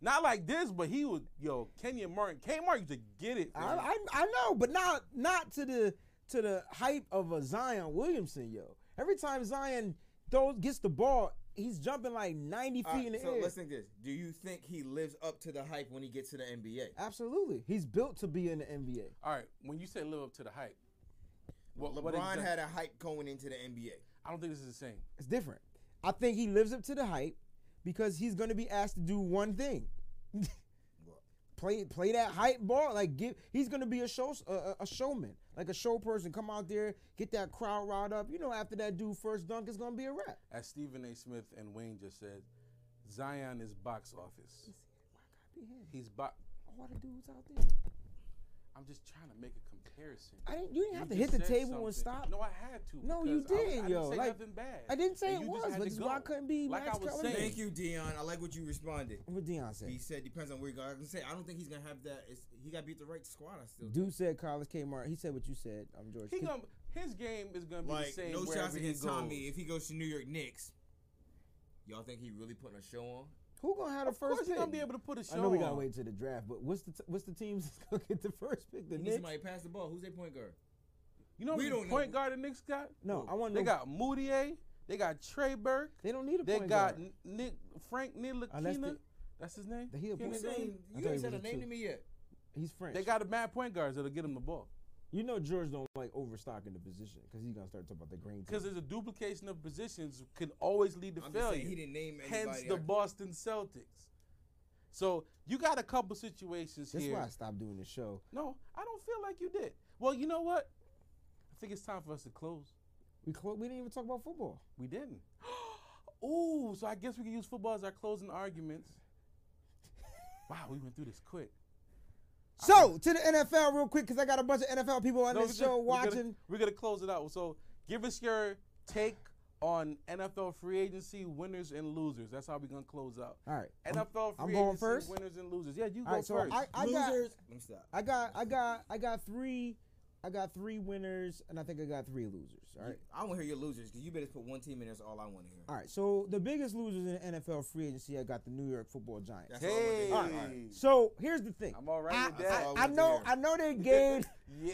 Speaker 2: Not like this, but he was yo Kenyon Martin. Kenyon Martin used to get it.
Speaker 1: I,
Speaker 2: man.
Speaker 1: I I know, but not not to the to the hype of a Zion Williamson, yo. Every time Zion throws gets the ball, he's jumping like ninety feet
Speaker 3: All right,
Speaker 1: in the
Speaker 3: so
Speaker 1: air.
Speaker 3: let's think this. Do you think he lives up to the hype when he gets to the NBA?
Speaker 1: Absolutely, he's built to be in the NBA.
Speaker 2: All right, when you say live up to the hype, what,
Speaker 3: LeBron
Speaker 2: what exact-
Speaker 3: had a hype going into the NBA.
Speaker 2: I don't think this is the same.
Speaker 1: It's different. I think he lives up to the hype because he's going to be asked to do one thing. Play, play that hype ball like give. He's gonna be a show, a- a, a showman, like a show person. Come out there, get that crowd riled up. You know, after that dude first dunk, it's gonna be a wrap.
Speaker 2: As Stephen A. Smith and Wayne just said, Zion is box office.
Speaker 1: Oh
Speaker 2: He's box.
Speaker 1: All the dudes out there.
Speaker 2: I'm just trying to make a comparison.
Speaker 1: I didn't. You didn't have
Speaker 2: You
Speaker 1: to hit
Speaker 2: just
Speaker 1: the
Speaker 2: said
Speaker 1: table and
Speaker 2: something.
Speaker 1: stop.
Speaker 2: No, I had to.
Speaker 1: No, you
Speaker 2: because I was-
Speaker 1: didn't,
Speaker 2: I
Speaker 1: yo.
Speaker 2: say
Speaker 1: Like,
Speaker 2: nothing bad.
Speaker 1: I didn't say
Speaker 2: And
Speaker 1: it
Speaker 2: you just
Speaker 1: was,
Speaker 2: had
Speaker 1: but
Speaker 2: to
Speaker 1: this is why I
Speaker 2: go.
Speaker 1: couldn't be
Speaker 2: Like
Speaker 1: Max
Speaker 2: I was
Speaker 1: Kellerman.
Speaker 2: saying,
Speaker 3: Thank you, Dion. I like what you responded.
Speaker 1: What Deion said.
Speaker 3: He said depends on where you go. I can say I don't think he's gonna have that. It's, he got to beat the right squad. I still.
Speaker 1: Dude said Carlos Kmart. He said what you said. I'm George.
Speaker 2: He
Speaker 1: Can-
Speaker 2: gonna, his game is gonna be the
Speaker 3: Like
Speaker 2: same.
Speaker 3: no
Speaker 2: wherever
Speaker 3: shots
Speaker 2: he
Speaker 3: against
Speaker 2: goes.
Speaker 3: Tommy if he goes to New York Knicks. Y'all think he really putting a show on?
Speaker 1: who gonna have the
Speaker 2: Of course,
Speaker 1: first
Speaker 2: he's
Speaker 1: pick?
Speaker 2: gonna be able to put a
Speaker 1: I
Speaker 2: show.
Speaker 1: know we gotta
Speaker 2: on.
Speaker 1: wait to the draft, but what's the t- what's the teams that's gonna get the first pick? The
Speaker 3: He needs
Speaker 1: Knicks.
Speaker 3: somebody to pass the ball. Who's their point guard?
Speaker 2: You know
Speaker 3: We
Speaker 2: we
Speaker 3: don't
Speaker 2: don't
Speaker 3: know.
Speaker 2: point guard the Knicks got?
Speaker 1: No, I wanna
Speaker 2: They
Speaker 1: know-
Speaker 2: got Moutier. They got Trey Burke.
Speaker 1: They don't need a
Speaker 2: They
Speaker 1: point
Speaker 2: got
Speaker 1: guard. Uh,
Speaker 2: N- Nick Frank
Speaker 1: Unless
Speaker 2: Nilakina.
Speaker 1: they-
Speaker 2: That's his name.
Speaker 1: That he a
Speaker 2: You know
Speaker 1: point
Speaker 2: his
Speaker 1: guard?
Speaker 2: name?
Speaker 1: I
Speaker 3: Saying, you
Speaker 1: thought he
Speaker 3: ain't said
Speaker 1: was
Speaker 3: a
Speaker 1: a
Speaker 3: name
Speaker 1: two.
Speaker 3: to me yet.
Speaker 1: He's French.
Speaker 2: They got a mad point guards that'll get him the ball.
Speaker 1: You know George don't like overstocking the position because he's gonna start talking about the green team.
Speaker 2: Because there's a duplication of positions can always lead to
Speaker 3: I'm just
Speaker 2: failure.
Speaker 3: saying he didn't name anybody.
Speaker 2: Hence the
Speaker 3: I-
Speaker 2: Boston Celtics. So you got a couple situations
Speaker 1: That's
Speaker 2: here.
Speaker 1: why I stopped doing the show.
Speaker 2: No, I don't feel like you did. Well, you know what? I think it's time for us to close.
Speaker 1: We clo- we didn't even talk about football.
Speaker 2: We didn't. Ooh, so I guess we can use football as our closing arguments. Wow, we went through this quick.
Speaker 1: So to the NFL real quick because I got a bunch of NFL people on
Speaker 2: No,
Speaker 1: this
Speaker 2: we're
Speaker 1: show
Speaker 2: gonna- we're gonna-
Speaker 1: watching.
Speaker 2: We're gonna, close it out. So give us your take on NFL free agency winners and losers. That's how we're gonna close out.
Speaker 1: All right, I'm-
Speaker 2: NFL
Speaker 1: I'm
Speaker 2: free
Speaker 1: going
Speaker 2: agency
Speaker 1: first?
Speaker 2: winners and losers. Yeah, you
Speaker 1: All
Speaker 2: go
Speaker 1: right, so
Speaker 2: first.
Speaker 1: I, I got
Speaker 3: Losers. Let me stop.
Speaker 1: I got I got I got three I got three winners and I think I got three losers. All right.
Speaker 3: I want to hear your losers because you better put one team in. That's all I want to hear.
Speaker 1: All right. So the biggest losers in the NFL free agency, I got the New York Football Giants.
Speaker 3: That's
Speaker 2: hey,
Speaker 3: all I want to hear. All right.
Speaker 1: So here's the thing.
Speaker 2: I'm all right
Speaker 1: I,
Speaker 2: with that.
Speaker 1: I-
Speaker 3: all I
Speaker 1: I
Speaker 3: want to
Speaker 1: know
Speaker 3: hear.
Speaker 1: I know they gained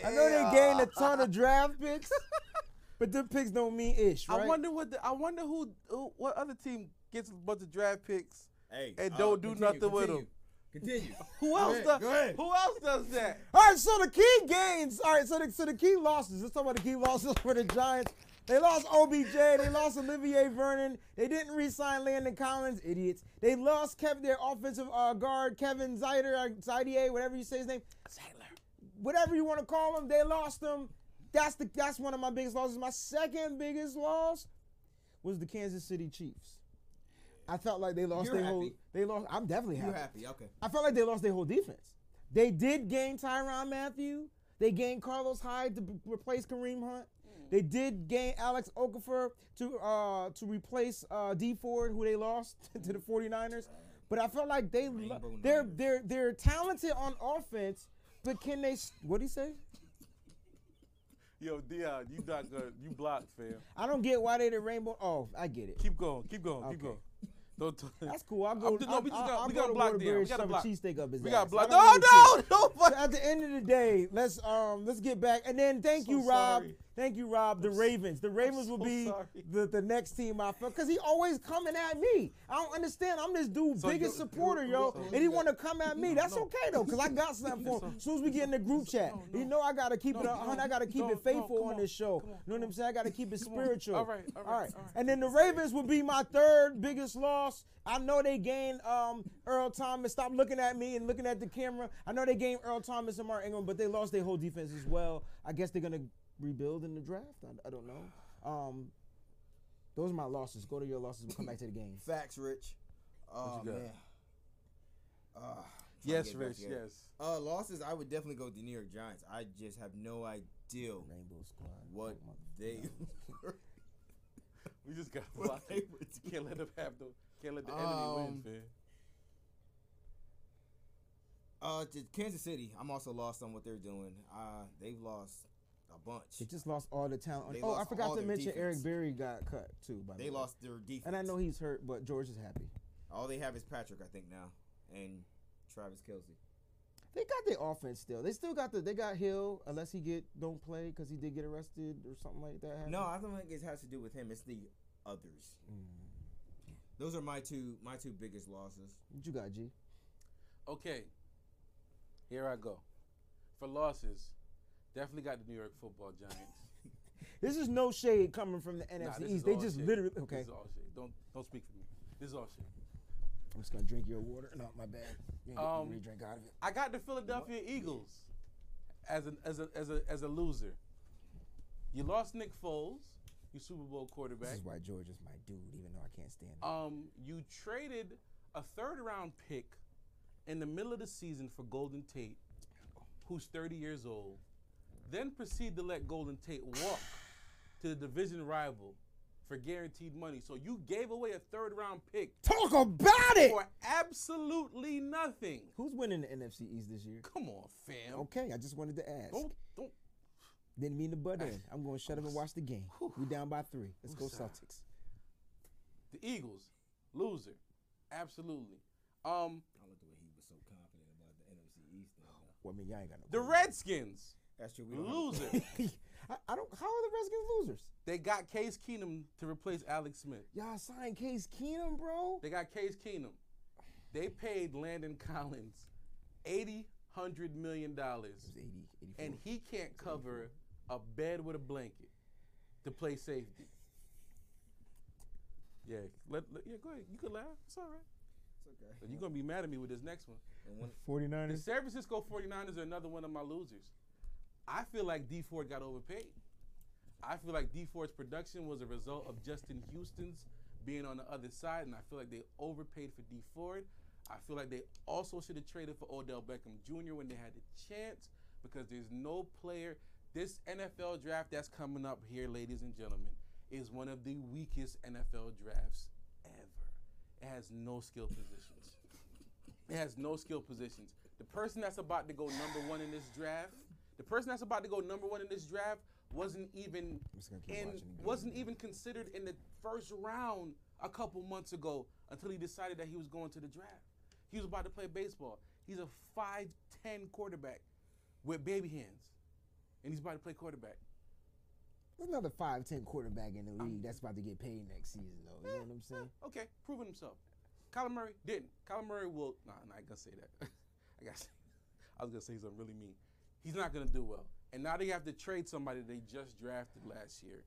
Speaker 1: I know they
Speaker 2: Yeah.
Speaker 1: gained a ton of draft picks, but them picks don't mean ish, right?
Speaker 2: I wonder what the, I wonder who, who what other team gets a bunch of draft picks.
Speaker 3: Hey,
Speaker 5: uh,
Speaker 2: And don't do nothing with
Speaker 3: continue. Continue.
Speaker 2: Who
Speaker 3: Go
Speaker 2: else
Speaker 3: ahead,
Speaker 2: does?
Speaker 3: Go ahead.
Speaker 2: Who else does that?
Speaker 1: All right, so the key gains. All right, so the, so the key losses. Let's talk about the key losses for the Giants. They lost OBJ. They lost Olivier Vernon. They didn't re-sign Landon Collins. Idiots. They lost Kevin, their offensive uh, guard, Kevin Zider, uh, Zidier, whatever you say his name, whatever you want to call him. They lost him. That's the that's one of my biggest losses. My second biggest loss was the Kansas City Chiefs. I felt like they lost
Speaker 3: You're
Speaker 1: their whole.
Speaker 3: happy.
Speaker 1: They lost. I'm definitely
Speaker 3: You
Speaker 1: happy.
Speaker 3: happy? Okay.
Speaker 1: I felt like they lost their whole defense. They did gain Tyron Matthew. They gained Carlos Hyde to b- replace Kareem Hunt.
Speaker 2: Mm.
Speaker 1: They did gain Alex Okafor to uh, to replace uh, D Ford, who they lost to the 49ers. But I felt like they lo-
Speaker 3: Rainbow
Speaker 1: they're
Speaker 3: Niners.
Speaker 1: they're they're talented on offense, but can they? What do you say?
Speaker 2: Yo, Dion, you not gonna, you blocked, fam.
Speaker 1: I don't get why they the rainbow. Oh, I get it.
Speaker 2: Keep going, keep going, keep
Speaker 1: Okay.
Speaker 2: going. Don't talk.
Speaker 1: That's cool. I'll
Speaker 2: I'm
Speaker 1: go.
Speaker 2: just- no,
Speaker 1: I'll,
Speaker 2: we just
Speaker 1: I'll,
Speaker 2: got-
Speaker 1: I'll
Speaker 2: we
Speaker 1: go
Speaker 2: got
Speaker 1: to
Speaker 2: blocked down.
Speaker 1: Waterbury
Speaker 2: We got
Speaker 1: and shove a
Speaker 2: blocked.
Speaker 1: cheesesteak up his
Speaker 2: We
Speaker 1: ass.
Speaker 2: got blocked.
Speaker 1: I don't
Speaker 2: No,
Speaker 1: really care.
Speaker 2: no,
Speaker 1: So
Speaker 2: no.
Speaker 1: at the end of the day, let's um let's get back and then thank
Speaker 2: So
Speaker 1: you, Rob.
Speaker 2: sorry.
Speaker 1: Thank you, Rob. The
Speaker 2: I'm s-
Speaker 1: Ravens. The Ravens
Speaker 2: so
Speaker 1: will be
Speaker 2: sorry.
Speaker 1: the, the next team I fuck because he always coming at me. I don't understand. I'm this dude's
Speaker 2: So you-
Speaker 1: biggest supporter, yo,
Speaker 2: so you
Speaker 1: and he
Speaker 2: got-
Speaker 1: want to come at me.
Speaker 2: No,
Speaker 1: That's
Speaker 2: no.
Speaker 1: okay though, cause I got something for him. As soon as we get in the group chat,
Speaker 2: no,
Speaker 1: you know I gotta keep
Speaker 2: No,
Speaker 1: it. on.
Speaker 2: no,
Speaker 1: I gotta keep
Speaker 2: no, no,
Speaker 1: it faithful
Speaker 2: come
Speaker 1: on
Speaker 2: on,
Speaker 1: this show.
Speaker 2: come on,
Speaker 1: You know what I'm saying? I gotta keep it
Speaker 2: Come on.
Speaker 1: spiritual.
Speaker 2: All right, all right, all right.
Speaker 1: And then the Ravens would be my third biggest loss. I know they gained um, Earl Thomas. Stop looking at me and looking at the camera. I know they gained Earl Thomas and Mark Ingram, but they lost their whole defense as well. I guess they're gonna rebuild in the draft. I, I don't know. Um, those are my losses. Go to your losses. We'll come back to the game.
Speaker 5: Facts, Rich. Oh
Speaker 2: What you got?
Speaker 5: man. Uh, trying to
Speaker 2: Yes,
Speaker 5: get back
Speaker 2: Rich.
Speaker 5: together.
Speaker 2: Yes.
Speaker 5: Uh, losses. I would definitely go with the New York Giants. I just have no idea
Speaker 1: Rainbow Squad.
Speaker 5: what
Speaker 2: oh
Speaker 5: they were.
Speaker 2: We just got
Speaker 5: What
Speaker 2: blocked.
Speaker 5: they were doing.
Speaker 2: Can't let them have the. Can't let the enemy win,
Speaker 5: Um,
Speaker 2: man.
Speaker 5: Uh, to Kansas City. I'm also lost on what they're doing. Uh, they've lost a
Speaker 1: They
Speaker 5: bunch.
Speaker 1: just lost all the talent.
Speaker 5: They
Speaker 1: Oh, I
Speaker 5: lost
Speaker 1: forgot
Speaker 5: all
Speaker 1: to
Speaker 5: their
Speaker 1: mention
Speaker 5: defense.
Speaker 1: Eric Berry got cut too. By the
Speaker 5: They
Speaker 1: way.
Speaker 5: lost their defense.
Speaker 1: and I know he's hurt, but George is happy.
Speaker 5: all they have is Patrick, I think now, and Travis Kelsey.
Speaker 1: They got their offense still. They still got the. They got Hill, unless he get don't play because he did get arrested or something like that. happened.
Speaker 5: No, I don't think it has to do with him. It's the others.
Speaker 2: Mm.
Speaker 5: Those are my two my two biggest losses.
Speaker 1: What you got, G?
Speaker 2: Okay. Here I go. For losses, definitely got the New York Football Giants.
Speaker 1: This is no shade coming from the
Speaker 2: Nah,
Speaker 1: NFC
Speaker 2: this is
Speaker 1: East. They
Speaker 2: all
Speaker 1: just
Speaker 2: shade.
Speaker 1: literally
Speaker 2: This
Speaker 1: okay.
Speaker 2: is all shade. Don't don't speak for me. This is all shit.
Speaker 1: I'm just gonna drink your water. No, my bad. You ain't getting
Speaker 2: Um,
Speaker 1: any drink out of it.
Speaker 2: I got the Philadelphia Eagles as an as a as a as a loser. You lost Nick Foles, your Super Bowl
Speaker 1: This
Speaker 2: quarterback.
Speaker 1: is why George is my dude, even though I can't stand him.
Speaker 2: Um, you traded a third round pick in the middle of the season for Golden Tate, who's 30 years old, then proceed to let Golden Tate walk to the division rival for guaranteed money. So you gave away a third round pick
Speaker 1: Talk about it.
Speaker 2: for absolutely nothing.
Speaker 1: Who's winning the NFC East this year?
Speaker 2: Come on, fam.
Speaker 1: Okay, I just wanted to ask.
Speaker 2: Don't don't
Speaker 1: Didn't mean to butt in. I'm gonna shut up and watch the game.
Speaker 2: Whew.
Speaker 1: We down by three. Let's go
Speaker 2: Who's that?
Speaker 1: Celtics.
Speaker 2: the Eagles, loser. Absolutely. Um,
Speaker 5: I love the way he was so confident about the NFC East.
Speaker 1: Well, I mean, y'all ain't got no.
Speaker 2: the
Speaker 1: quarterback.
Speaker 2: Redskins,
Speaker 5: That's true. Oh. We don't have a-
Speaker 2: loser.
Speaker 1: I, I don't. How are the Redskins losers?
Speaker 2: they got Case Keenum to replace Alex Smith.
Speaker 1: Y'all signed Case Keenum, bro.
Speaker 2: They got Case Keenum. They paid Landon Collins eighty hundred million dollars,
Speaker 1: 80, 84.
Speaker 2: and he can't cover a bed with a blanket to play safety. Yeah, let, let- yeah, go ahead. You can laugh. It's all right.
Speaker 5: It's okay.
Speaker 2: You're gonna be mad at me with this next one.
Speaker 5: And one-
Speaker 1: 49ers.
Speaker 2: The San Francisco 49ers are another one of my losers. I feel like D Ford got overpaid. I feel like D Ford's production was a result of Justin Houston's being on the other side, and I feel like they overpaid for D Ford. I feel like they also should have traded for Odell Beckham Jr. when they had the chance because there's no player. This NFL draft that's coming up here, ladies and gentlemen, is one of the weakest NFL drafts ever. It has no skill positions. It has no skill positions. The person that's about to go number one in this draft, the person that's about to go number one in this draft wasn't even
Speaker 1: I'm just gonna keep
Speaker 2: in,
Speaker 1: watching the game.
Speaker 2: wasn't even considered in the first round a couple months ago until he decided that he was going to the draft. He was about to play baseball. He's a 5'10 quarterback with baby hands. And he's about to play quarterback.
Speaker 1: There's another 5'10 quarterback in the league that's about to get paid next season, though. You know what I'm saying?
Speaker 2: Okay, proven himself. Kyler Murray didn't. Kyler Murray will. Nah, nah I ain't gonna say that. I got. I was gonna say something really mean. He's not gonna do well. And now they have to trade somebody they just drafted last year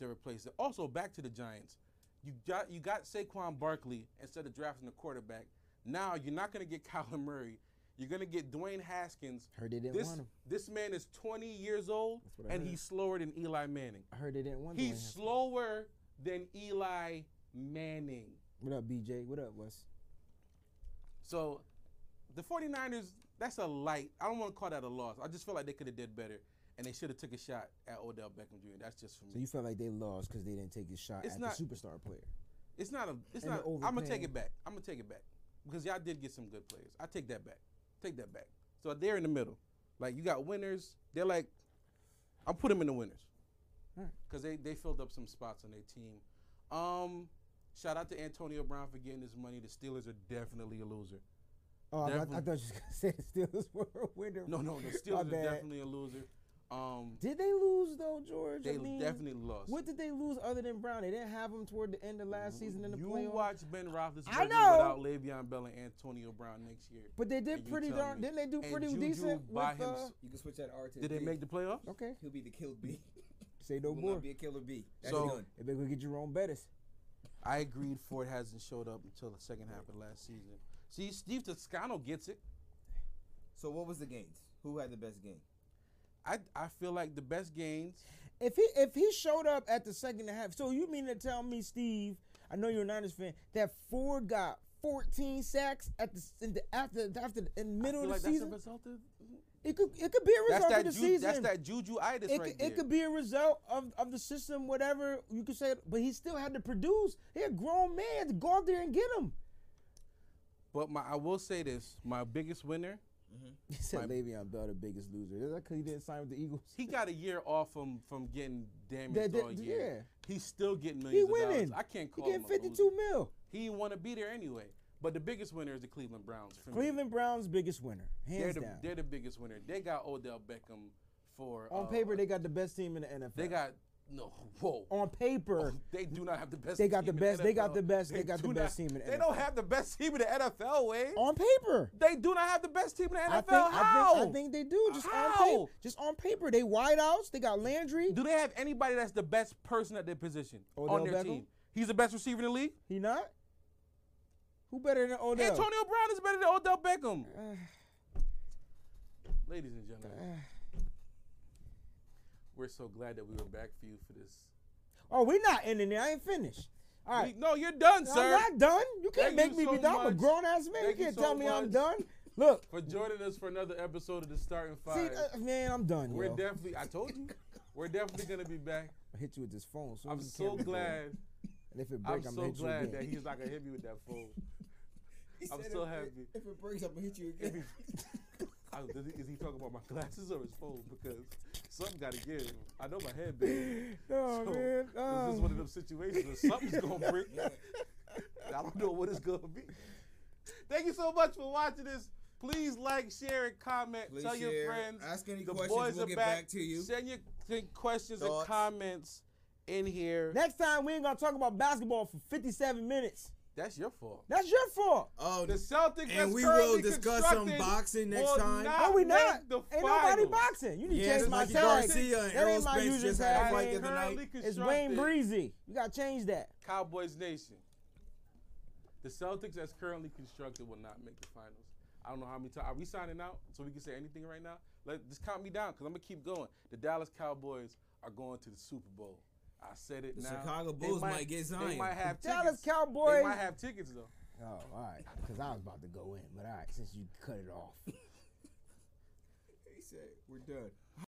Speaker 2: to replace it. Also, back to the Giants. You got you got Saquon Barkley instead of drafting a quarterback. Now you're not gonna get Kyler Murray. You're gonna get Dwayne Haskins.
Speaker 1: Heard they didn't
Speaker 2: This
Speaker 1: want him.
Speaker 2: this man is 20 years old
Speaker 1: That's what I
Speaker 2: and
Speaker 1: heard.
Speaker 2: he's slower than Eli Manning.
Speaker 1: I heard they didn't want
Speaker 2: He's
Speaker 1: Dwayne Haskins.
Speaker 2: slower than Eli Manning.
Speaker 1: What up, BJ? What up, Wes?
Speaker 2: So the 49ers, that's a light. I don't want to call that a loss. I just feel like they could have did better and they should have took a shot at Odell Beckham Jr. That's just for me.
Speaker 1: So you felt like they lost because they didn't take the shot
Speaker 2: It's
Speaker 1: at
Speaker 2: not-
Speaker 1: the superstar player.
Speaker 2: it's not a it's
Speaker 1: and
Speaker 2: not
Speaker 1: the
Speaker 2: I'm gonna take
Speaker 1: overpaying.
Speaker 2: it back. I'm gonna take it back. Because y'all did get some good players. I take that back. Take that back. So they're in the middle. Like you got winners. They're like I'll put them in the winners.
Speaker 1: Alright.
Speaker 2: Cause they, they filled up some spots on their team. Um Shout out to Antonio Brown for getting his money. The Steelers are definitely a loser.
Speaker 1: Oh, I, I
Speaker 2: Definitely.
Speaker 1: thought you was gonna say the Steelers were a winner.
Speaker 2: No, no,
Speaker 1: My
Speaker 2: the Steelers are
Speaker 1: bad.
Speaker 2: definitely a loser. Um,
Speaker 1: Did they lose though, George?
Speaker 2: they
Speaker 1: I mean,
Speaker 2: definitely lost.
Speaker 1: What did they lose other than Brown? They didn't have him toward the end of last season in the
Speaker 2: you
Speaker 1: playoffs.
Speaker 2: watch Ben Roethlisberger
Speaker 1: I know.
Speaker 2: without Le'Veon Bell and Antonio Brown next year.
Speaker 1: but they did
Speaker 2: and you
Speaker 1: pretty
Speaker 2: tell
Speaker 1: darn.
Speaker 2: me.
Speaker 1: Didn't they do
Speaker 2: And
Speaker 1: pretty
Speaker 2: Juju
Speaker 1: decent?
Speaker 2: by
Speaker 1: With, uh,
Speaker 2: himself-
Speaker 5: You can switch that R to. a
Speaker 2: Did they
Speaker 5: B.
Speaker 2: make the playoffs?
Speaker 1: okay,
Speaker 5: He'll be the killed B.
Speaker 1: say no
Speaker 5: Will
Speaker 1: more.
Speaker 5: not be a killer B. That's
Speaker 2: So-
Speaker 5: done.
Speaker 1: Maybe we get Jerome Bettis.
Speaker 2: I agreed Ford hasn't showed up until the second half of last season. See, Steve Toscano gets it.
Speaker 5: So what was the gains? Who had the best game?
Speaker 2: I, I feel like the best gains.
Speaker 1: If he if he showed up at the second half, so you mean to tell me, Steve? I know you're a Niners fan. That Ford got 14 sacks at the, in the after after the, in the
Speaker 2: I
Speaker 1: middle of
Speaker 2: feel
Speaker 1: the
Speaker 2: like that's a
Speaker 1: season.
Speaker 2: result of.
Speaker 1: It could it could be a
Speaker 2: That's
Speaker 1: result
Speaker 2: that,
Speaker 1: of the
Speaker 2: ju-
Speaker 1: season.
Speaker 2: that's that juju itis
Speaker 1: it,
Speaker 2: right
Speaker 1: could, it
Speaker 2: there.
Speaker 1: could be a result of, of the system, whatever you could say. But he still had to produce. He a grown man to go out there and get him.
Speaker 2: but my, I will say this my biggest winner,
Speaker 1: He said Le'Veon Bell, the biggest loser. Is that because he didn't sign with the Eagles?
Speaker 2: he got a year off from, from getting
Speaker 1: That-
Speaker 2: damaged
Speaker 1: that-
Speaker 2: all year. He's still getting
Speaker 1: He
Speaker 2: millions of
Speaker 1: winning.
Speaker 2: dollars. I can't call
Speaker 1: He
Speaker 2: him
Speaker 1: getting
Speaker 2: a
Speaker 1: 52
Speaker 2: loser.
Speaker 1: mil.
Speaker 2: He didn't want to be there anyway. But the biggest winner is the Cleveland Browns. for me.
Speaker 1: Cleveland Browns biggest winner,
Speaker 2: Mm. they're
Speaker 1: hands
Speaker 2: the,
Speaker 1: down.
Speaker 2: they're the biggest winner. They got Odell Beckham for.
Speaker 1: On
Speaker 2: uh,
Speaker 1: paper, they got the best team in the NFL.
Speaker 2: They got no whoa.
Speaker 1: on paper.
Speaker 2: They do not have the best.
Speaker 1: They got
Speaker 2: team
Speaker 1: the
Speaker 2: in
Speaker 1: best- they
Speaker 2: NFL.
Speaker 1: got the best- they got the
Speaker 2: do
Speaker 1: best
Speaker 2: not-
Speaker 1: team in
Speaker 2: They don't have the best team in the NFL, Wade.
Speaker 1: On paper.
Speaker 2: They do not have the best team in the Oh, NFL.
Speaker 1: I think, I
Speaker 2: How?
Speaker 1: think I think they do. Just on
Speaker 2: How?
Speaker 1: paper. Just on paper. They wideouts. They got Landry.
Speaker 2: do they have anybody that's the best person at their position
Speaker 1: Odell
Speaker 2: on their
Speaker 1: Beckham?
Speaker 2: team? He's the best receiver in the league.
Speaker 1: He not? Who better than Odell?
Speaker 2: Antonio Brown is better than Odell Beckham. Ladies and gentlemen, we're so glad that we were back for you for this.
Speaker 1: Oh, we not ending there. I ain't finished. All right.
Speaker 2: We- no, you're done,
Speaker 1: I'm
Speaker 2: sir.
Speaker 1: not done. You can't make
Speaker 2: Thank you
Speaker 1: me
Speaker 2: so
Speaker 1: be done. I'm a
Speaker 2: much.
Speaker 1: grown ass man. you
Speaker 2: Thank you
Speaker 1: can't
Speaker 2: so
Speaker 1: tell me I'm
Speaker 2: much.
Speaker 1: done. Look,
Speaker 2: For joining us for another episode of the starting
Speaker 1: see,
Speaker 2: five.
Speaker 1: uh, man, I'm done.
Speaker 2: We're
Speaker 1: yo.
Speaker 2: definitely. I told you. We're definitely gonna be back.
Speaker 1: I hit you with this phone. soon
Speaker 2: I'm
Speaker 1: as the
Speaker 2: so
Speaker 1: camera go.
Speaker 2: glad.
Speaker 1: And if it
Speaker 2: I'm
Speaker 1: break, I'm,
Speaker 2: so
Speaker 1: gonna hit you
Speaker 2: glad
Speaker 1: again.
Speaker 2: that he's not gonna hit me with that phone.
Speaker 5: He
Speaker 2: I'm
Speaker 5: said
Speaker 2: so
Speaker 5: if it-
Speaker 2: happy.
Speaker 5: If it breaks, I'm gonna hit you
Speaker 2: If he,
Speaker 5: again.
Speaker 2: I, is he- is he talking about my glasses or his phone? Because something gotta give. I know my headband.
Speaker 1: oh
Speaker 2: So,
Speaker 1: man,
Speaker 2: This is
Speaker 1: oh.
Speaker 2: one of them situations where something's gonna break. I don't know what it's gonna be. Thank you so much for watching this. Please like, share, and comment.
Speaker 5: Please
Speaker 2: Tell your
Speaker 5: share.
Speaker 2: friends.
Speaker 5: Ask any questions. We'll get back to you.
Speaker 2: Send your th- questions and
Speaker 5: Thoughts.
Speaker 2: comments in here.
Speaker 1: Next time we ain't gonna talk about basketball for 57 minutes.
Speaker 2: That's your fault.
Speaker 1: That's your fault.
Speaker 5: Oh,
Speaker 2: The Celtics
Speaker 5: And
Speaker 2: that's
Speaker 5: we will
Speaker 2: currently
Speaker 5: discuss some
Speaker 2: constructed
Speaker 5: boxing next
Speaker 2: will
Speaker 5: time.
Speaker 1: Are we
Speaker 2: make
Speaker 1: not?
Speaker 2: The
Speaker 1: Ain't nobody
Speaker 2: finals.
Speaker 1: boxing. You need to
Speaker 5: Yeah,
Speaker 1: change
Speaker 5: it's
Speaker 1: my
Speaker 5: Mikey
Speaker 1: tag.
Speaker 5: Garcia and
Speaker 1: That ain't my
Speaker 5: Aerospace
Speaker 1: usual
Speaker 5: just had a
Speaker 1: tag
Speaker 5: fight
Speaker 1: name.
Speaker 5: the other night.
Speaker 2: Currently
Speaker 1: It's Wayne
Speaker 2: constructed
Speaker 1: Breezy. You gotta change that.
Speaker 2: Cowboys Nation. The Celtics that's currently constructed will not make the finals. I don't know how many times. Are we signing out so we can say anything right now? Let just count me down because I'm gonna keep going. The Dallas Cowboys are going to the Super Bowl. I said it
Speaker 5: The
Speaker 2: now.
Speaker 5: Chicago
Speaker 2: They
Speaker 5: Bulls might get
Speaker 2: They
Speaker 5: Zion.
Speaker 2: might have tickets.
Speaker 1: Dallas Cowboys-
Speaker 2: They might have tickets though.
Speaker 1: Oh, all right. Because I was about to go in, but all right, since you cut it off.
Speaker 5: he said we're done.